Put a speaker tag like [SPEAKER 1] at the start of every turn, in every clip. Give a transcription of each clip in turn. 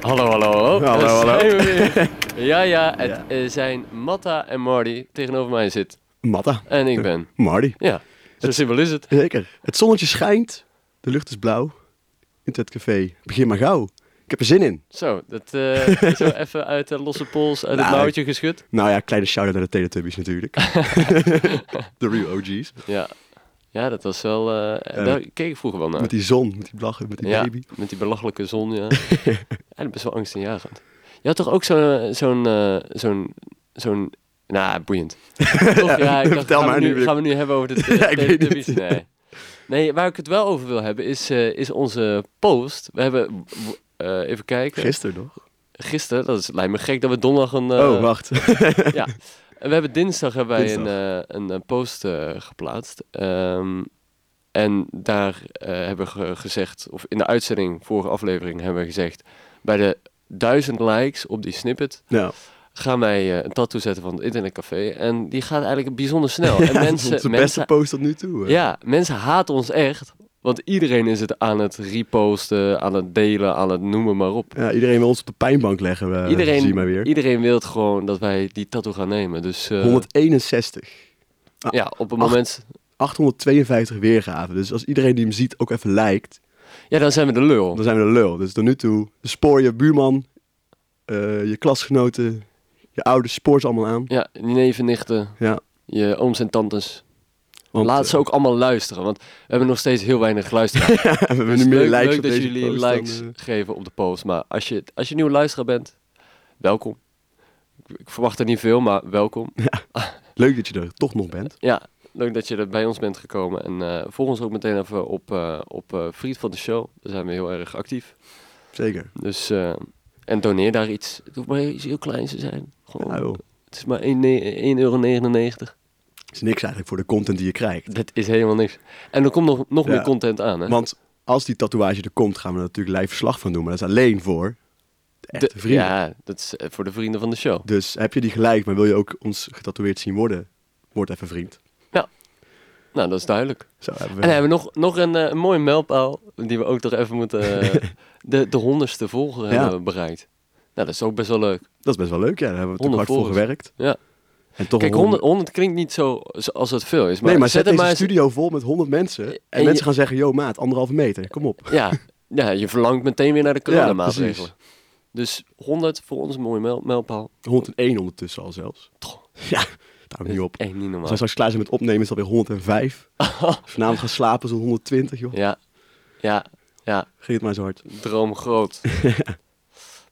[SPEAKER 1] Hallo, hallo, hallo.
[SPEAKER 2] Hallo,
[SPEAKER 1] Daar
[SPEAKER 2] hallo.
[SPEAKER 1] zijn we weer. ja, ja, het
[SPEAKER 2] Ja.
[SPEAKER 1] eh, zijn Matta en Marty tegenover mij zit.
[SPEAKER 2] Matta.
[SPEAKER 1] En ik ben.
[SPEAKER 2] Marty.
[SPEAKER 1] Ja, zo simpel is het.
[SPEAKER 2] Zeker. Het zonnetje schijnt. De lucht is blauw. In het café. Begin maar gauw. Ik heb er zin in.
[SPEAKER 1] Zo, dat eh, zo even uit de losse pols, uit het
[SPEAKER 2] Nou,
[SPEAKER 1] mouwtje geschud.
[SPEAKER 2] Nou ja, kleine shout-out naar de Teletubbies natuurlijk. de real OG's.
[SPEAKER 1] Ja. ja, dat was wel... eh
[SPEAKER 2] Eh,
[SPEAKER 1] daar keek ik vroeger wel naar.
[SPEAKER 2] Met die zon, met die lachen, met die
[SPEAKER 1] ja,
[SPEAKER 2] baby.
[SPEAKER 1] met die belachelijke zon, ja. en best wel angstaanjagend. Je had toch ook zo'n... zo'n eh, zo'n zo'n nou, boeiend. Toch? Ja, ik dacht,
[SPEAKER 2] vertel
[SPEAKER 1] gaan,
[SPEAKER 2] maar
[SPEAKER 1] we
[SPEAKER 2] nu
[SPEAKER 1] nu,
[SPEAKER 2] weer.
[SPEAKER 1] gaan we nu hebben over de
[SPEAKER 2] Ja, ik weet
[SPEAKER 1] Teletubbies? Nee. nee, waar ik het wel over wil hebben is, eh, is onze post. We hebben, eh, even kijken,
[SPEAKER 2] Gisteren nog.
[SPEAKER 1] gisteren, dat is, lijkt me gek dat we donderdag een... eh,
[SPEAKER 2] oh, wacht.
[SPEAKER 1] ja. En we hebben dinsdag hebben wij
[SPEAKER 2] Dinsdag.
[SPEAKER 1] Een, eh, een eh, post eh, geplaatst. Ehm, en daar eh, hebben we ge- gezegd, of in de uitzending, vorige aflevering, hebben we gezegd... bij de duizend likes op die snippet
[SPEAKER 2] nou,
[SPEAKER 1] gaan wij eh, een tattoo zetten van het internetcafé. En die gaat eigenlijk bijzonder snel. en
[SPEAKER 2] ja, dat is
[SPEAKER 1] mensen,
[SPEAKER 2] onze beste
[SPEAKER 1] mensen,
[SPEAKER 2] post tot nu toe. eh. hè.
[SPEAKER 1] ja, mensen haten ons echt. Want iedereen is het aan het reposten, aan het delen, aan het noemen maar op.
[SPEAKER 2] Ja, iedereen wil ons op de pijnbank leggen. We,
[SPEAKER 1] Iedereen,
[SPEAKER 2] Eh, Zie je maar weer.
[SPEAKER 1] iedereen wil gewoon dat wij die tattoo gaan nemen. Dus eh,
[SPEAKER 2] 161.
[SPEAKER 1] ja, op het
[SPEAKER 2] acht-
[SPEAKER 1] moment
[SPEAKER 2] 852 weergaven. Dus als iedereen die hem ziet ook even liked,
[SPEAKER 1] Ja, dan zijn we de lul.
[SPEAKER 2] Dan zijn we de lul. Dus tot nu toe spoor je buurman, eh, je klasgenoten, je ouders, spoor ze allemaal aan.
[SPEAKER 1] Ja, je neven, nichten,
[SPEAKER 2] Ja,
[SPEAKER 1] je ooms en tantes.
[SPEAKER 2] want
[SPEAKER 1] Laat ze
[SPEAKER 2] eh,
[SPEAKER 1] ook allemaal luisteren, want we hebben nog steeds heel weinig luisteraars.
[SPEAKER 2] eh, we hebben
[SPEAKER 1] Dus
[SPEAKER 2] nu meer
[SPEAKER 1] leuk,
[SPEAKER 2] likes
[SPEAKER 1] leuk
[SPEAKER 2] op
[SPEAKER 1] dat
[SPEAKER 2] deze
[SPEAKER 1] jullie
[SPEAKER 2] post dan,
[SPEAKER 1] likes
[SPEAKER 2] eh,
[SPEAKER 1] geven op de post. Maar als je, als je nieuw luisteraar bent, welkom. Ik- Ik verwacht er niet veel, maar welkom.
[SPEAKER 2] leuk dat je er toch nog bent.
[SPEAKER 1] Ja, leuk dat je er bij ons bent gekomen. En eh volg ons ook meteen even op, eh, op eh, Vriend van de Show. Daar zijn we heel erg actief.
[SPEAKER 2] Zeker.
[SPEAKER 1] Dus, eh, en doneer daar iets. Het hoeft maar iets heel kleins te zijn. Gewoon,
[SPEAKER 2] Ja, Nou, joh.
[SPEAKER 1] het is maar 1,99 euro.
[SPEAKER 2] Het is niks eigenlijk voor de content die je krijgt.
[SPEAKER 1] Dat is helemaal niks. En er komt nog, nog
[SPEAKER 2] Ja.
[SPEAKER 1] meer content aan, hè?
[SPEAKER 2] Want als die tatoeage er komt, gaan we er natuurlijk live verslag van doen. Maar dat is alleen voor de
[SPEAKER 1] De-
[SPEAKER 2] echte vrienden.
[SPEAKER 1] Ja, dat is eh, voor de vrienden van de show.
[SPEAKER 2] Dus heb je die gelijk, maar wil je ook ons getatoeëerd zien worden, word even vriend.
[SPEAKER 1] Nou, dat is duidelijk.
[SPEAKER 2] Zo hebben we.
[SPEAKER 1] En dan hebben we nog, nog een, eh, een mooie mijlpaal, die we ook toch even moeten... eh, de, de honderdste volger
[SPEAKER 2] Ja.
[SPEAKER 1] hebben we bereikt. Nou, dat is ook best wel leuk.
[SPEAKER 2] Dat is best wel leuk, ja. Daar hebben we toch
[SPEAKER 1] Honderd
[SPEAKER 2] hard voor
[SPEAKER 1] volgers.
[SPEAKER 2] gewerkt.
[SPEAKER 1] Ja.
[SPEAKER 2] En toch
[SPEAKER 1] Kijk,
[SPEAKER 2] honderd-
[SPEAKER 1] 100, 100 klinkt niet zo zo- als het veel is, maar,
[SPEAKER 2] nee, maar zet,
[SPEAKER 1] er
[SPEAKER 2] deze
[SPEAKER 1] maar eens-
[SPEAKER 2] studio vol met 100 mensen. En,
[SPEAKER 1] En je-
[SPEAKER 2] mensen gaan zeggen, yo maat, anderhalve meter, kom op.
[SPEAKER 1] Ja, ja, je verlangt meteen weer naar de
[SPEAKER 2] Ja,
[SPEAKER 1] coronamaatregelen.
[SPEAKER 2] precies.
[SPEAKER 1] dus 100 voor ons een mooie mijl- mijlpaal.
[SPEAKER 2] 101 ondertussen al zelfs.
[SPEAKER 1] Toch.
[SPEAKER 2] Ja, het
[SPEAKER 1] Dat is
[SPEAKER 2] houdt niet op.
[SPEAKER 1] Echt niet
[SPEAKER 2] Als
[SPEAKER 1] normaal.
[SPEAKER 2] wij straks klaar zijn met opnemen, is dat weer 105. Vanavond gaan slapen is het 120, joh.
[SPEAKER 1] Ja, ja, ja.
[SPEAKER 2] Geef het maar zo hard.
[SPEAKER 1] Droom groot.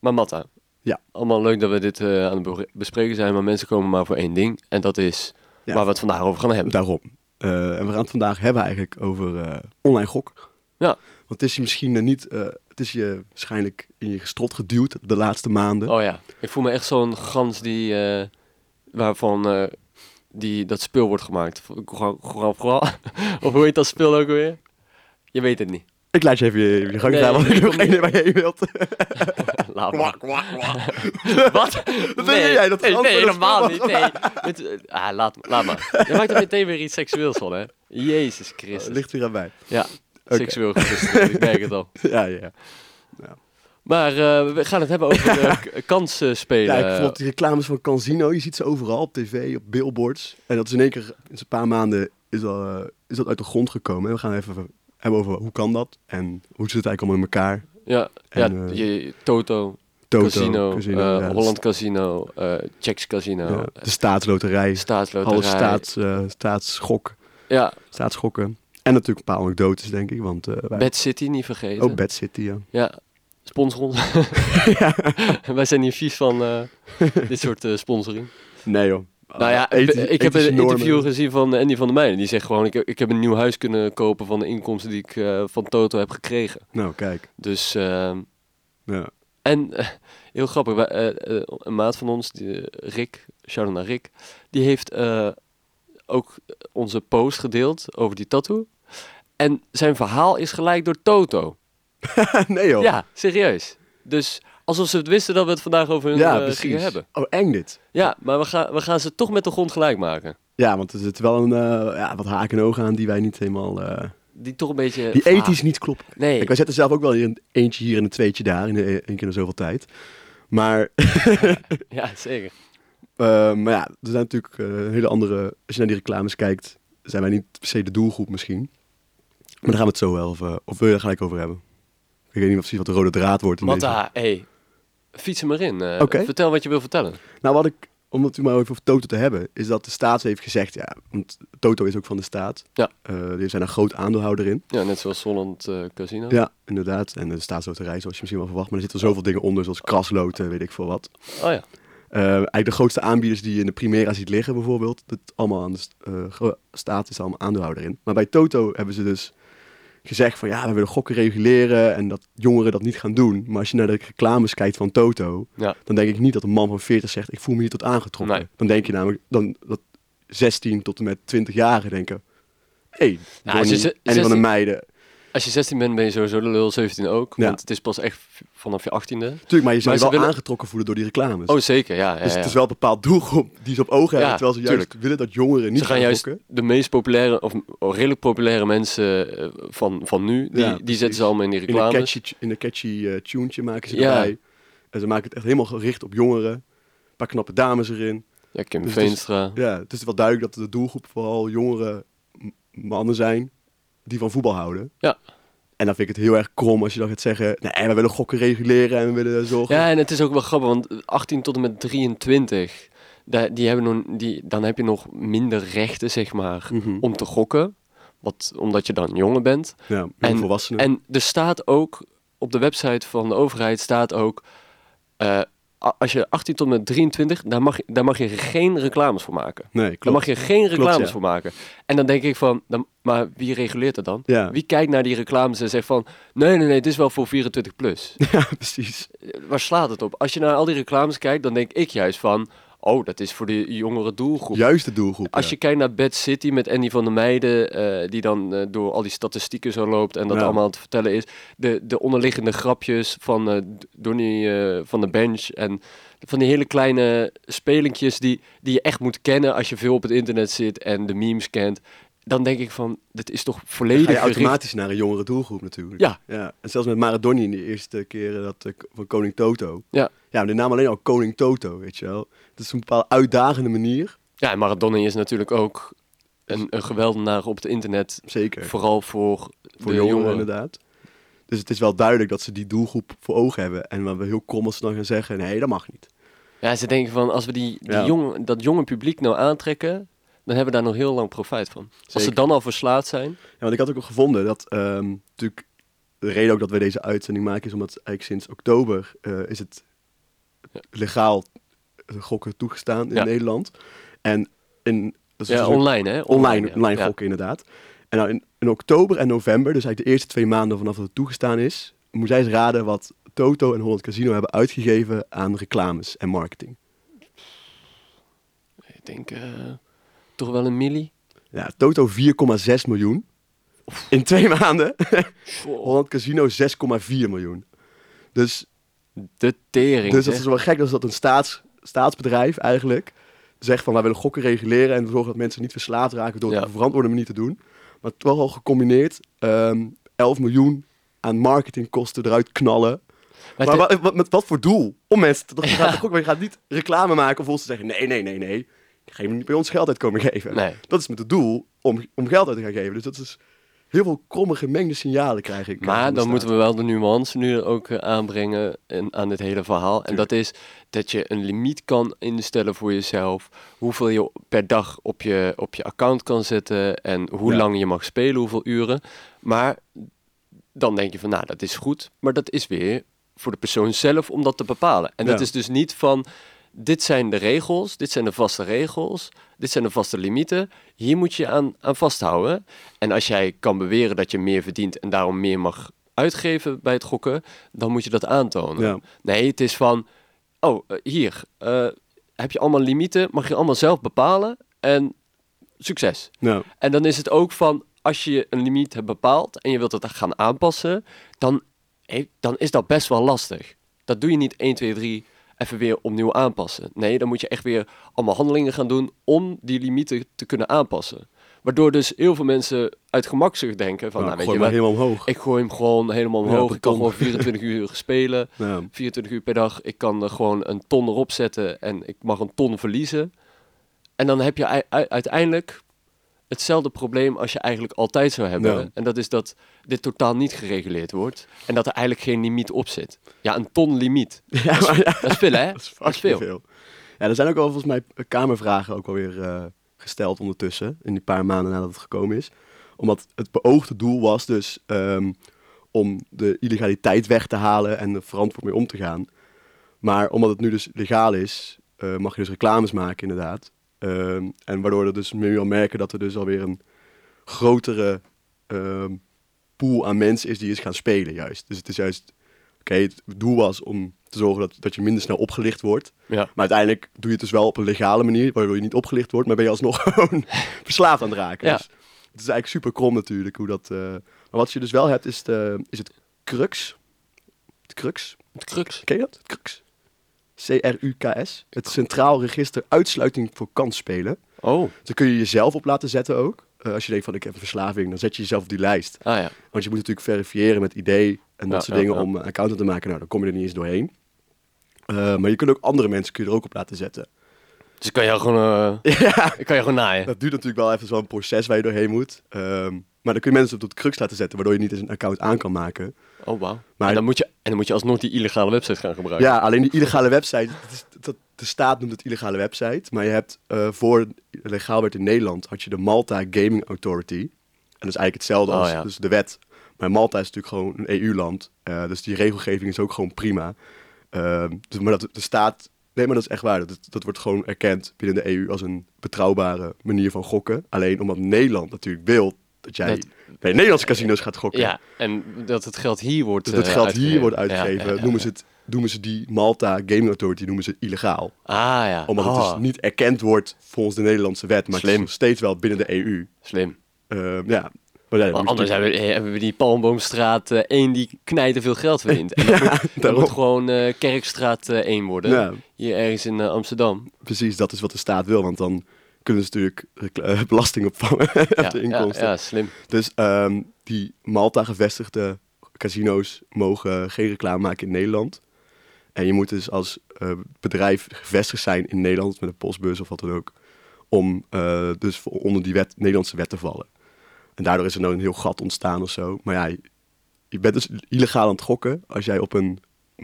[SPEAKER 1] maar Matta.
[SPEAKER 2] Ja.
[SPEAKER 1] Allemaal leuk dat we dit eh, aan het be- bespreken zijn, maar mensen komen maar voor één ding. En dat is
[SPEAKER 2] Ja.
[SPEAKER 1] waar we het vandaag over gaan hebben.
[SPEAKER 2] Daarom. Eh, en we gaan het vandaag hebben eigenlijk over eh, online gok.
[SPEAKER 1] Ja.
[SPEAKER 2] Want het is je misschien eh, niet... eh, het is je waarschijnlijk in je gestrot geduwd de laatste maanden.
[SPEAKER 1] Oh ja, ik voel me echt zo'n gans die, eh, waarvan eh, die, dat spul wordt gemaakt. Gewoon- gewoon- gewoon- Of hoe heet dat spul ook weer? Je weet het niet.
[SPEAKER 2] Ik laat je even je, je gang
[SPEAKER 1] Nee,
[SPEAKER 2] gaan, want
[SPEAKER 1] nee,
[SPEAKER 2] ik heb
[SPEAKER 1] kom
[SPEAKER 2] geen idee waar je heen wilt.
[SPEAKER 1] Laat maar.
[SPEAKER 2] Kwak, kwak, kwak.
[SPEAKER 1] Wat?
[SPEAKER 2] Dat denk jij, dat
[SPEAKER 1] nee,
[SPEAKER 2] gans
[SPEAKER 1] nee,
[SPEAKER 2] met dat
[SPEAKER 1] helemaal
[SPEAKER 2] spul
[SPEAKER 1] niet. Nee. Met, eh, ah, laat, laat maar. Je maakt er meteen weer iets seksueels van, hè? Jezus Christus.
[SPEAKER 2] Ligt weer aan mij.
[SPEAKER 1] Ja,
[SPEAKER 2] Oké.
[SPEAKER 1] seksueel gefrustreerd, ik merk het al.
[SPEAKER 2] Ja, ja.
[SPEAKER 1] Maar eh, we gaan het hebben over de k- kansen
[SPEAKER 2] Ja,
[SPEAKER 1] spelen.
[SPEAKER 2] ik vond die reclames van Casino, je ziet ze overal op tv, op billboards. En dat is in één keer, in een paar maanden, is, al, eh, is dat uit de grond gekomen. En we gaan even hebben over hoe kan dat en hoe zit het eigenlijk allemaal in elkaar.
[SPEAKER 1] ja,
[SPEAKER 2] en,
[SPEAKER 1] ja
[SPEAKER 2] eh,
[SPEAKER 1] je, Toto,
[SPEAKER 2] Toto,
[SPEAKER 1] Casino, eh,
[SPEAKER 2] ja, de-
[SPEAKER 1] Holland Casino, eh Checks Casino,
[SPEAKER 2] ja, de staatsloterij,
[SPEAKER 1] Staatsloterij.
[SPEAKER 2] alle staats, eh, staatsschok,
[SPEAKER 1] Ja,
[SPEAKER 2] staatsschokken. En natuurlijk een paar anekdotes, denk ik. Want, eh, wij-
[SPEAKER 1] Bad City niet vergeten.
[SPEAKER 2] ook Oh, Bad City, ja.
[SPEAKER 1] Ja, sponsor ons. Wij zijn hier vies van eh, dit soort eh, sponsoring.
[SPEAKER 2] Nee joh.
[SPEAKER 1] nou ja,
[SPEAKER 2] Eh,
[SPEAKER 1] ik-
[SPEAKER 2] ethisch-
[SPEAKER 1] ik heb een
[SPEAKER 2] ethische normen.
[SPEAKER 1] interview gezien van Andy van der Meijden. Die zegt gewoon, ik, ik heb een nieuw huis kunnen kopen van de inkomsten die ik eh, van Toto heb gekregen.
[SPEAKER 2] Nou, kijk.
[SPEAKER 1] Dus... ehm,
[SPEAKER 2] Ja.
[SPEAKER 1] En eh, heel grappig, wij- eh, eh, een maat van ons, die, eh, Rick, shout naar Rick, die heeft eh, ook onze post gedeeld over die tattoo. En zijn verhaal is gelijk door Toto.
[SPEAKER 2] nee joh.
[SPEAKER 1] Ja, serieus. Dus alsof ze het wisten dat we het vandaag over hun
[SPEAKER 2] Ja,
[SPEAKER 1] eh,
[SPEAKER 2] precies.
[SPEAKER 1] gingen hebben.
[SPEAKER 2] Oh, eng dit.
[SPEAKER 1] Ja, maar we, gaan we gaan ze toch met de grond gelijk maken.
[SPEAKER 2] Ja, want er zit wel een, eh, ja, wat haken en ogen aan die wij niet helemaal... eh,
[SPEAKER 1] die toch een beetje...
[SPEAKER 2] Die
[SPEAKER 1] vaag-
[SPEAKER 2] ethisch niet klopt.
[SPEAKER 1] Nee,
[SPEAKER 2] Kijk, wij zetten zelf ook wel hier een eentje hier en een tweetje daar in een, een keer in zoveel tijd. Maar,
[SPEAKER 1] ja, zeker.
[SPEAKER 2] eh, maar ja, er zijn natuurlijk eh, een hele andere... Als je naar die reclames kijkt, zijn wij niet per se de doelgroep misschien. Maar daar gaan we het zo wel over... Of wil je er gelijk over hebben? Ik weet niet precies wat de rode draad wordt. in deze.
[SPEAKER 1] Matta, hé, hey, fiets er maar in. eh,
[SPEAKER 2] Oké.
[SPEAKER 1] Vertel wat je wil vertellen.
[SPEAKER 2] Nou, wat ik, om het maar even over Toto te hebben, is dat de staat heeft gezegd, ja, want Toto is ook van de staat.
[SPEAKER 1] Ja.
[SPEAKER 2] Eh, die zijn een groot aandeelhouder in.
[SPEAKER 1] Ja, net zoals Holland eh, Casino.
[SPEAKER 2] Ja, inderdaad. En de staatsloterij, zoals je misschien wel verwacht, maar er zitten zoveel dingen onder, zoals krasloten, weet ik veel wat.
[SPEAKER 1] Oh ja.
[SPEAKER 2] Eh, eigenlijk de grootste aanbieders die je in de Primera ziet liggen, bijvoorbeeld, dat allemaal aan de st- eh, gro- staat is allemaal aandeelhouder in. Maar bij Toto hebben ze dus gezegd van ja, we willen gokken reguleren en dat jongeren dat niet gaan doen. Maar als je naar de reclames kijkt van Toto,
[SPEAKER 1] Ja.
[SPEAKER 2] dan denk ik niet dat een man van 40 zegt: Ik voel me hier tot aangetrokken.
[SPEAKER 1] Nee.
[SPEAKER 2] Dan denk je namelijk dan, dat 16 tot en met 20 jaren denken: Hé,
[SPEAKER 1] Ja,
[SPEAKER 2] hey,
[SPEAKER 1] Nou, ze- ze-
[SPEAKER 2] en die van de
[SPEAKER 1] 16
[SPEAKER 2] meiden.
[SPEAKER 1] Als je 16 bent, ben je sowieso de lul, 17 ook.
[SPEAKER 2] Ja.
[SPEAKER 1] Want het is pas echt v- vanaf je 18e.
[SPEAKER 2] Tuurlijk, maar je zou
[SPEAKER 1] Maar
[SPEAKER 2] je
[SPEAKER 1] ze
[SPEAKER 2] wel
[SPEAKER 1] willen-
[SPEAKER 2] aangetrokken voelen door die reclames.
[SPEAKER 1] Oh, zeker, ja. ja,
[SPEAKER 2] dus
[SPEAKER 1] ja.
[SPEAKER 2] het is wel een bepaald doelgroep die ze op ogen hebben.
[SPEAKER 1] Ja,
[SPEAKER 2] terwijl ze juist willen dat jongeren niet
[SPEAKER 1] Ze gaan juist
[SPEAKER 2] gokken.
[SPEAKER 1] de meest populaire, of oh, redelijk populaire mensen eh, van, van nu, die,
[SPEAKER 2] Ja,
[SPEAKER 1] die
[SPEAKER 2] precies.
[SPEAKER 1] zetten ze allemaal in die
[SPEAKER 2] In een
[SPEAKER 1] reclames.
[SPEAKER 2] catchy, in een catchy eh, tunetje maken ze
[SPEAKER 1] Ja.
[SPEAKER 2] erbij. En ze maken het echt helemaal gericht op jongeren. Een paar knappe dames erin.
[SPEAKER 1] Ja, Kim
[SPEAKER 2] Dus het is-
[SPEAKER 1] Veenstra.
[SPEAKER 2] Ja, het is wel duidelijk dat de doelgroep vooral jongere m- mannen zijn die van voetbal houden.
[SPEAKER 1] Ja.
[SPEAKER 2] En dan vind ik het heel erg krom als je dan gaat zeggen, nee, we willen gokken reguleren en we willen zorgen.
[SPEAKER 1] Ja, en het is ook wel grappig, want 18 tot en met 23, daar, die hebben nog, die, dan heb je nog minder rechten, zeg maar,
[SPEAKER 2] Mhm.
[SPEAKER 1] om te gokken. Wat, omdat je dan jonger bent.
[SPEAKER 2] Ja, en,
[SPEAKER 1] En-
[SPEAKER 2] volwassenen.
[SPEAKER 1] En er staat ook, op de website van de overheid staat ook, eh, a- als je 18 tot en met 23, daar mag, je- daar mag je geen reclames voor maken.
[SPEAKER 2] nee,
[SPEAKER 1] Daar
[SPEAKER 2] klopt.
[SPEAKER 1] mag je geen reclames
[SPEAKER 2] Klopt, ja.
[SPEAKER 1] voor maken. En dan denk ik van, dan, maar wie reguleert dat dan?
[SPEAKER 2] Ja.
[SPEAKER 1] Wie kijkt naar die reclames en zegt van, nee, nee, nee, het is wel voor 24 plus.
[SPEAKER 2] ja, precies.
[SPEAKER 1] Waar slaat het op? Als je naar al die reclames kijkt, dan denk ik juist van, oh, dat is voor de jongere doelgroep.
[SPEAKER 2] Juist de doelgroep.
[SPEAKER 1] Als
[SPEAKER 2] ja.
[SPEAKER 1] je kijkt naar Bad City met Andy van der Meijden, eh, die dan eh, door al die statistieken zo loopt en dat
[SPEAKER 2] Ja.
[SPEAKER 1] allemaal aan het vertellen is. De, de onderliggende grapjes van eh, Donny eh, van de Bench en van die hele kleine spelinkjes die, die je echt moet kennen als je veel op het internet zit en de memes kent. Dan denk ik van, dit is toch volledig
[SPEAKER 2] Ga je
[SPEAKER 1] gericht-
[SPEAKER 2] automatisch naar een jongere doelgroep natuurlijk.
[SPEAKER 1] Ja.
[SPEAKER 2] ja. En zelfs met Maradoni in de eerste keren dat, eh, van Koning Toto.
[SPEAKER 1] Ja.
[SPEAKER 2] Ja, maar de naam alleen al Koning Toto, weet je wel. Het is een bepaalde uitdagende manier.
[SPEAKER 1] Ja, en Maradona is natuurlijk ook een, een geweldenaar op het internet.
[SPEAKER 2] Zeker.
[SPEAKER 1] Vooral voor,
[SPEAKER 2] voor
[SPEAKER 1] de
[SPEAKER 2] jongeren,
[SPEAKER 1] jongeren.
[SPEAKER 2] inderdaad. Dus het is wel duidelijk dat ze die doelgroep voor ogen hebben. En wat we heel krom als ze dan gaan zeggen, nee, dat mag niet.
[SPEAKER 1] Ja, ze denken van als we die, die
[SPEAKER 2] Ja.
[SPEAKER 1] jonge, dat jonge publiek nou aantrekken, dan hebben we daar nog heel lang profijt van. Als ze
[SPEAKER 2] Zeker.
[SPEAKER 1] dan al verslaafd zijn.
[SPEAKER 2] Ja, want ik had ook al gevonden dat ehm, natuurlijk de reden ook dat we deze uitzending maken is omdat eigenlijk sinds oktober eh, is het
[SPEAKER 1] Ja.
[SPEAKER 2] legaal eh, gokken toegestaan in
[SPEAKER 1] Ja.
[SPEAKER 2] Nederland. En in, dat is dus
[SPEAKER 1] ja,
[SPEAKER 2] natuurlijk
[SPEAKER 1] dus online hè?
[SPEAKER 2] online,
[SPEAKER 1] ja.
[SPEAKER 2] online
[SPEAKER 1] Ja.
[SPEAKER 2] gokken inderdaad. En nou, in, in oktober en november, dus eigenlijk de eerste twee maanden vanaf dat het toegestaan is, moet jij eens raden wat Toto en Holland Casino hebben uitgegeven aan reclames en marketing.
[SPEAKER 1] Ik denk eh, toch wel een milli.
[SPEAKER 2] Ja, Toto 4,6 miljoen. In twee maanden. Holland Casino 6,4 miljoen. Dus,
[SPEAKER 1] De tering.
[SPEAKER 2] dus dat
[SPEAKER 1] hè?
[SPEAKER 2] is wel gek dat dat een staats, staatsbedrijf eigenlijk zegt van wij willen gokken reguleren en zorgen dat mensen niet verslaafd raken door het
[SPEAKER 1] Ja.
[SPEAKER 2] op een verantwoorde manier te doen. Maar toch al gecombineerd ehm 11 miljoen aan marketingkosten eruit knallen.
[SPEAKER 1] Maar
[SPEAKER 2] Maar,
[SPEAKER 1] het-
[SPEAKER 2] wa- wat, met wat voor doel? Om mensen te... Je, gaat, toch ook- je gaat niet reclame maken of ons te zeggen nee, nee, nee, nee. Ga je niet bij ons geld uitkomen geven.
[SPEAKER 1] Nee.
[SPEAKER 2] Dat is met het doel om, om geld uit te gaan geven. Dus dat is heel veel kromme gemengde signalen krijg ik. eh,
[SPEAKER 1] Maar
[SPEAKER 2] van de
[SPEAKER 1] dan
[SPEAKER 2] staat.
[SPEAKER 1] moeten we wel de nuance nu ook eh, aanbrengen en aan dit hele verhaal. En dat is dat je een limiet kan instellen voor jezelf. Hoeveel je per dag op je, op je account kan zetten en hoe
[SPEAKER 2] Ja.
[SPEAKER 1] lang je mag spelen, hoeveel uren. Maar dan denk je van, nou, dat is goed. Maar dat is weer voor de persoon zelf om dat te bepalen. En dat
[SPEAKER 2] Ja.
[SPEAKER 1] is dus niet van, dit zijn de regels, dit zijn de vaste regels, dit zijn de vaste limieten. Hier moet je aan, aan vasthouden. En als jij kan beweren dat je meer verdient en daarom meer mag uitgeven bij het gokken, dan moet je dat aantonen.
[SPEAKER 2] Ja.
[SPEAKER 1] Nee, het is van, oh, eh, hier, eh, heb je allemaal limieten, mag je allemaal zelf bepalen en succes.
[SPEAKER 2] Nou,
[SPEAKER 1] En dan is het ook van, als je een limiet hebt bepaald en je wilt dat gaan aanpassen, dan, he- dan is dat best wel lastig. Dat doe je niet 1, 2, 3 even weer opnieuw aanpassen. Nee, dan moet je echt weer allemaal handelingen gaan doen om die limieten te kunnen aanpassen. Waardoor dus heel veel mensen uit gemakzucht denken van, nou,
[SPEAKER 2] Nou,
[SPEAKER 1] weet
[SPEAKER 2] gooi
[SPEAKER 1] je
[SPEAKER 2] maar
[SPEAKER 1] wat,
[SPEAKER 2] helemaal omhoog.
[SPEAKER 1] ik gooi hem gewoon helemaal
[SPEAKER 2] Ja,
[SPEAKER 1] omhoog.
[SPEAKER 2] op
[SPEAKER 1] ik kan
[SPEAKER 2] de
[SPEAKER 1] gewoon 24 uur spelen,
[SPEAKER 2] Ja.
[SPEAKER 1] 24 uur per dag. Ik kan er gewoon een ton erop zetten en ik mag een ton verliezen. En dan heb je ei- ei- uiteindelijk hetzelfde probleem als je eigenlijk altijd zou hebben.
[SPEAKER 2] Ja.
[SPEAKER 1] En dat is dat dit totaal niet gereguleerd wordt en dat er eigenlijk geen limiet op zit. Ja, een ton limiet.
[SPEAKER 2] Ja, maar ja,
[SPEAKER 1] Dat is veel, hè?
[SPEAKER 2] dat is fucking
[SPEAKER 1] veel.
[SPEAKER 2] veel. Ja, er zijn ook al volgens mij kamervragen ook alweer eh, gesteld ondertussen. In die paar maanden nadat het gekomen is. Omdat het beoogde doel was dus ehm, om de illegaliteit weg te halen en er verantwoord mee om te gaan. Maar omdat het nu dus legaal is, eh, mag je dus reclames maken inderdaad. Ehm, en waardoor we dus nu al merken dat er dus alweer een grotere ehm, pool aan mensen is die is gaan spelen juist. Dus het is juist, oké, het doel was om te zorgen dat, dat je minder snel opgelicht wordt.
[SPEAKER 1] Ja.
[SPEAKER 2] Maar uiteindelijk doe je het dus wel op een legale manier, waardoor je niet opgelicht wordt, maar ben je alsnog gewoon verslaafd aan het raken.
[SPEAKER 1] Ja.
[SPEAKER 2] Dus het is eigenlijk super krom natuurlijk hoe dat. eh, Maar wat je dus wel hebt, is, de, is het crux. Het crux.
[SPEAKER 1] Het crux.
[SPEAKER 2] Ken je dat? Het crux. C-R-U-K-S. Het Centraal Register Uitsluiting voor Kansspelen.
[SPEAKER 1] Oh,
[SPEAKER 2] Dus daar kun je jezelf op laten zetten ook. Eh, als je denkt van ik heb een verslaving, dan zet je jezelf op die lijst.
[SPEAKER 1] ah ja.
[SPEAKER 2] Want je moet natuurlijk verifiëren met idee en dat
[SPEAKER 1] Ja,
[SPEAKER 2] soort
[SPEAKER 1] ja,
[SPEAKER 2] dingen
[SPEAKER 1] ja.
[SPEAKER 2] om een account aan te maken. Nou, dan kom je er niet eens doorheen. Eh, maar je kunt ook andere mensen kun je er ook op laten zetten.
[SPEAKER 1] Dus ik kan jou gewoon, eh,
[SPEAKER 2] Ja,
[SPEAKER 1] ik kan je gewoon naaien.
[SPEAKER 2] dat duurt natuurlijk wel even zo'n proces waar je doorheen moet. Ehm, maar dan kun je mensen op tot crux laten zetten, waardoor je niet eens een account aan kan maken.
[SPEAKER 1] Oh, wauw.
[SPEAKER 2] Maar-
[SPEAKER 1] en, dan moet je, en dan moet je alsnog die illegale website gaan gebruiken.
[SPEAKER 2] Ja, alleen die illegale website, dat is, dat, de staat noemt het illegale website. Maar je hebt, eh, voor het legaal werd in Nederland, had je de Malta Gaming Authority. En dat is eigenlijk hetzelfde als
[SPEAKER 1] Oh, ja.
[SPEAKER 2] dus de wet. Maar Malta is natuurlijk gewoon een EU-land, eh, dus die regelgeving is ook gewoon prima. Ehm, dus, maar dat de staat, nee maar dat is echt waar, dat, dat wordt gewoon erkend binnen de EU als een betrouwbare manier van gokken. Alleen omdat Nederland natuurlijk wil dat jij
[SPEAKER 1] Dat-
[SPEAKER 2] bij Nederlandse casinos gaat gokken.
[SPEAKER 1] Ja, en dat het geld hier wordt
[SPEAKER 2] Dus dat
[SPEAKER 1] eh,
[SPEAKER 2] geld hier
[SPEAKER 1] uitgegeven.
[SPEAKER 2] wordt
[SPEAKER 1] Ja,
[SPEAKER 2] uitgegeven,
[SPEAKER 1] ja, ja,
[SPEAKER 2] noemen,
[SPEAKER 1] ja.
[SPEAKER 2] Ze het, noemen ze die Malta Gaming Authority noemen ze illegaal.
[SPEAKER 1] Ah ja.
[SPEAKER 2] Omdat het
[SPEAKER 1] Oh,
[SPEAKER 2] dus niet erkend wordt volgens de Nederlandse wet, maar het is
[SPEAKER 1] Slim.
[SPEAKER 2] nog steeds wel binnen de EU.
[SPEAKER 1] Slim.
[SPEAKER 2] Ehm, ja. Maar ja,
[SPEAKER 1] Want
[SPEAKER 2] dan moet je
[SPEAKER 1] anders hebben we, eh, hebben we die Palmboomstraat eh, 1 die knijten veel geld verdient. En dat moet, dat
[SPEAKER 2] daarom.
[SPEAKER 1] moet gewoon eh, Kerkstraat eh, 1 worden.
[SPEAKER 2] Ja.
[SPEAKER 1] Hier ergens in eh, Amsterdam.
[SPEAKER 2] precies dat is wat de staat wil, want dan kunnen ze natuurlijk recla- eh, belasting opvangen op
[SPEAKER 1] Ja,
[SPEAKER 2] de
[SPEAKER 1] ja,
[SPEAKER 2] inkomsten.
[SPEAKER 1] ja, slim.
[SPEAKER 2] Dus ehm, die Malta gevestigde casino's mogen geen reclame maken in Nederland. En je moet dus als eh, bedrijf gevestigd zijn in Nederland met een postbus of wat dan ook. Om eh, dus voor- onder die wet, Nederlandse wet te vallen. En daardoor is er nou een heel gat ontstaan of zo. Maar ja, je- je bent dus illegaal aan het gokken als jij op een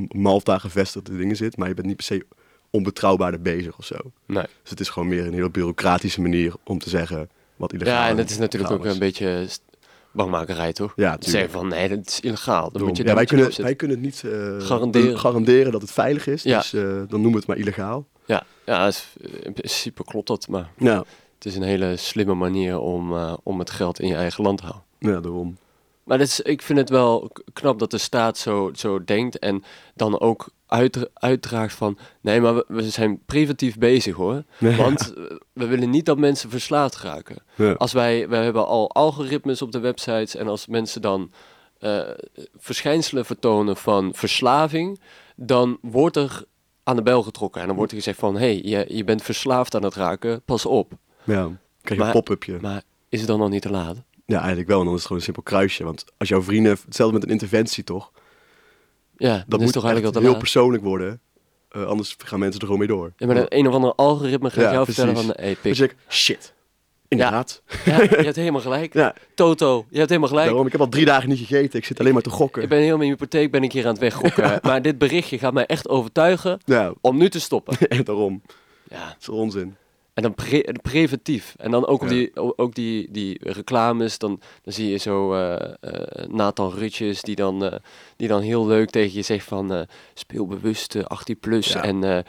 [SPEAKER 2] Malta gevestigde dingen zit. Maar je bent niet per se onbetrouwbaarder bezig of zo.
[SPEAKER 1] Nee.
[SPEAKER 2] Dus het is gewoon meer een heel bureaucratische manier om te zeggen wat illegaal
[SPEAKER 1] Ja, en dat is natuurlijk
[SPEAKER 2] illegaal
[SPEAKER 1] ook een beetje st- bangmakerij, toch?
[SPEAKER 2] Ja,
[SPEAKER 1] Zeggen
[SPEAKER 2] tuurlijk.
[SPEAKER 1] van, nee, dat is illegaal. Dan moet je,
[SPEAKER 2] ja,
[SPEAKER 1] daar
[SPEAKER 2] wij,
[SPEAKER 1] moet je
[SPEAKER 2] kunnen,
[SPEAKER 1] niet op
[SPEAKER 2] wij
[SPEAKER 1] zitten.
[SPEAKER 2] kunnen het niet eh,
[SPEAKER 1] Garanderen.
[SPEAKER 2] garanderen dat het veilig is.
[SPEAKER 1] Ja.
[SPEAKER 2] Dus eh, dan noemen we het maar illegaal.
[SPEAKER 1] Ja, ja dat is- in principe klopt dat, maar
[SPEAKER 2] Nou,
[SPEAKER 1] het is een hele slimme manier om, eh, om het geld in je eigen land te houden.
[SPEAKER 2] ja, daarom.
[SPEAKER 1] Maar dat is, ik vind het wel k- knap dat de staat zo, zo denkt en dan ook uit, uitdraagt van... Nee, maar we, we zijn preventief bezig hoor. Want eh, we willen niet dat mensen verslaafd raken.
[SPEAKER 2] Ja.
[SPEAKER 1] Als wij, wij hebben al algoritmes op de websites en als mensen dan eh, verschijnselen vertonen van verslaving, dan wordt er aan de bel getrokken en dan wordt er gezegd van, hé, hey, je, je bent verslaafd aan het raken, pas op.
[SPEAKER 2] Ja, dan krijg je
[SPEAKER 1] Maar-
[SPEAKER 2] een pop-upje.
[SPEAKER 1] Maar is het dan nog niet te laat?
[SPEAKER 2] Ja, eigenlijk wel. En dan is het gewoon een simpel kruisje. Want als jouw vrienden, hetzelfde met een interventie toch?
[SPEAKER 1] Ja, dat
[SPEAKER 2] Dat
[SPEAKER 1] is
[SPEAKER 2] moet
[SPEAKER 1] toch
[SPEAKER 2] echt
[SPEAKER 1] eigenlijk al te
[SPEAKER 2] heel
[SPEAKER 1] laat.
[SPEAKER 2] persoonlijk worden. Eh, anders gaan mensen er gewoon mee door.
[SPEAKER 1] Ja, maar een, een of ander algoritme gaat
[SPEAKER 2] Ja,
[SPEAKER 1] jou
[SPEAKER 2] precies.
[SPEAKER 1] vertellen van... eh, Hey, pik.
[SPEAKER 2] Dus ik, shit. Inderdaad. Ja,
[SPEAKER 1] Ja, je hebt helemaal gelijk. Toto, je hebt helemaal gelijk.
[SPEAKER 2] daarom. Ik heb al drie dagen niet gegeten. Ik zit alleen maar te gokken.
[SPEAKER 1] Ik ben heel mijn hypotheek ben ik hier aan het weggokken. Maar dit berichtje gaat mij echt overtuigen
[SPEAKER 2] Nou,
[SPEAKER 1] om nu te stoppen.
[SPEAKER 2] daarom. Dat
[SPEAKER 1] Ja.
[SPEAKER 2] is onzin.
[SPEAKER 1] En dan pre- preventief. En dan ook, op
[SPEAKER 2] Ja.
[SPEAKER 1] die, o- ook die, die reclames. Dan, dan zie je zo eh, eh, Nathan Rutjes die dan, eh, die dan heel leuk tegen je zegt van... eh, speel bewust eh, 18 plus
[SPEAKER 2] Ja.
[SPEAKER 1] en eh, eh,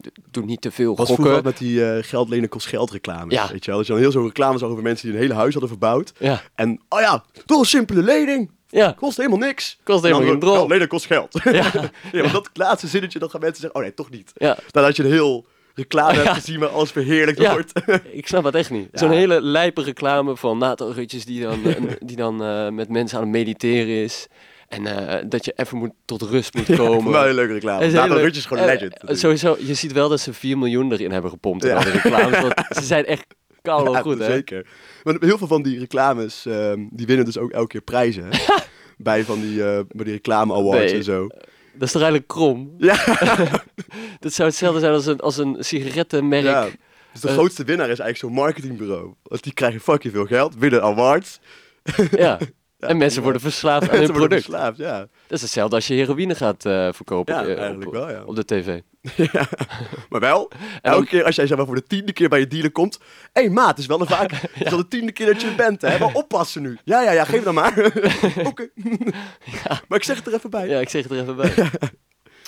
[SPEAKER 1] d- doe niet te veel
[SPEAKER 2] Was vroeger ook
[SPEAKER 1] gokken.
[SPEAKER 2] met die eh geld lenen kost geld reclames.
[SPEAKER 1] Ja.
[SPEAKER 2] Weet je wel? Dat je dan heel zo'n reclame zag over mensen die een hele huis hadden verbouwd.
[SPEAKER 1] Ja,
[SPEAKER 2] En, oh ja, door een simpele lening.
[SPEAKER 1] ja.
[SPEAKER 2] Kost helemaal niks.
[SPEAKER 1] Kost helemaal geen drol.
[SPEAKER 2] Nee, dat kost geld. Ja,
[SPEAKER 1] Ja.
[SPEAKER 2] want dat laatste zinnetje, dan gaan mensen zeggen, oh nee, toch niet.
[SPEAKER 1] Ja.
[SPEAKER 2] Dan had je een heel reclame hebt gezien waar alles verheerlijkt
[SPEAKER 1] Ja.
[SPEAKER 2] wordt.
[SPEAKER 1] Ik snap het echt niet.
[SPEAKER 2] Ja.
[SPEAKER 1] Zo'n hele lijpe reclame van Nathan Rutjes die dan, eh, die dan eh, met mensen aan het mediteren is. En eh, dat je even moet, tot rust moet komen.
[SPEAKER 2] Wel een leuke reclame.
[SPEAKER 1] is
[SPEAKER 2] Nathan
[SPEAKER 1] heel leuk.
[SPEAKER 2] Rutje is gewoon een
[SPEAKER 1] Eh,
[SPEAKER 2] legend. natuurlijk.
[SPEAKER 1] Sowieso, je ziet wel dat ze 4 miljoen erin hebben gepompt in
[SPEAKER 2] Ja.
[SPEAKER 1] al die reclames. Want ze zijn echt lokaal wel
[SPEAKER 2] Ja,
[SPEAKER 1] goed, hè?
[SPEAKER 2] Zeker. Maar heel veel van die reclames, ehm, die winnen dus ook elke keer prijzen. hè? bij van die, eh, bij die reclame awards
[SPEAKER 1] Nee.
[SPEAKER 2] en zo.
[SPEAKER 1] Dat is toch eigenlijk krom?
[SPEAKER 2] Ja,
[SPEAKER 1] Dat zou hetzelfde zijn als een, als een sigarettenmerk.
[SPEAKER 2] ja. Dus de
[SPEAKER 1] Eh.
[SPEAKER 2] grootste winnaar is eigenlijk zo'n marketingbureau. Want die krijgen fucking veel geld, winnen awards.
[SPEAKER 1] Ja. En mensen worden verslaafd aan hun
[SPEAKER 2] Mensen worden
[SPEAKER 1] product.
[SPEAKER 2] verslaafd, ja.
[SPEAKER 1] Dat is hetzelfde als je heroïne gaat eh, verkopen
[SPEAKER 2] Ja,
[SPEAKER 1] eh,
[SPEAKER 2] eigenlijk
[SPEAKER 1] op,
[SPEAKER 2] wel, ja.
[SPEAKER 1] op de tv.
[SPEAKER 2] Maar wel, elke keer als jij zeg maar, voor de tiende keer bij je dealer komt... Hé maat, het is wel een vaak... Het is al de tiende keer dat je er bent, hè. Maar oppassen nu. Ja, ja, ja, geef dan maar. Oké. Maar ik zeg het er even bij. Ja,
[SPEAKER 1] Ja, ik zeg het er even bij.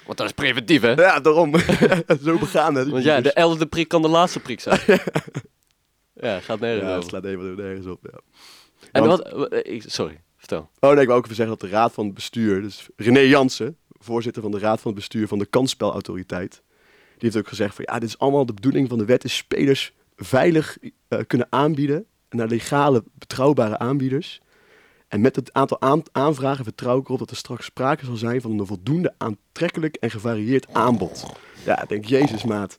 [SPEAKER 1] Want dat is preventief, hè?
[SPEAKER 2] daarom. Zo begaan, hè. die
[SPEAKER 1] Want ja, de
[SPEAKER 2] dealers.
[SPEAKER 1] elfde prik kan de laatste prik zijn. Ja, gaat nergens
[SPEAKER 2] Ja, het
[SPEAKER 1] over.
[SPEAKER 2] slaat helemaal nergens op, ja.
[SPEAKER 1] En
[SPEAKER 2] Want-
[SPEAKER 1] wat... wat- eh, ik- Sorry, vertel.
[SPEAKER 2] Oh nee, ik wil ook even zeggen dat de raad van het bestuur, dus René Jansen, voorzitter van de raad van het bestuur van de kansspelautoriteit, die heeft ook gezegd van ja, dit is allemaal de bedoeling van de wet, is spelers veilig eh, kunnen aanbieden naar legale, betrouwbare aanbieders. En met het aantal aan- aanvragen vertrouw ik erop dat er straks sprake zal zijn van een voldoende aantrekkelijk en gevarieerd aanbod. Ja, ik denk, jezus maat.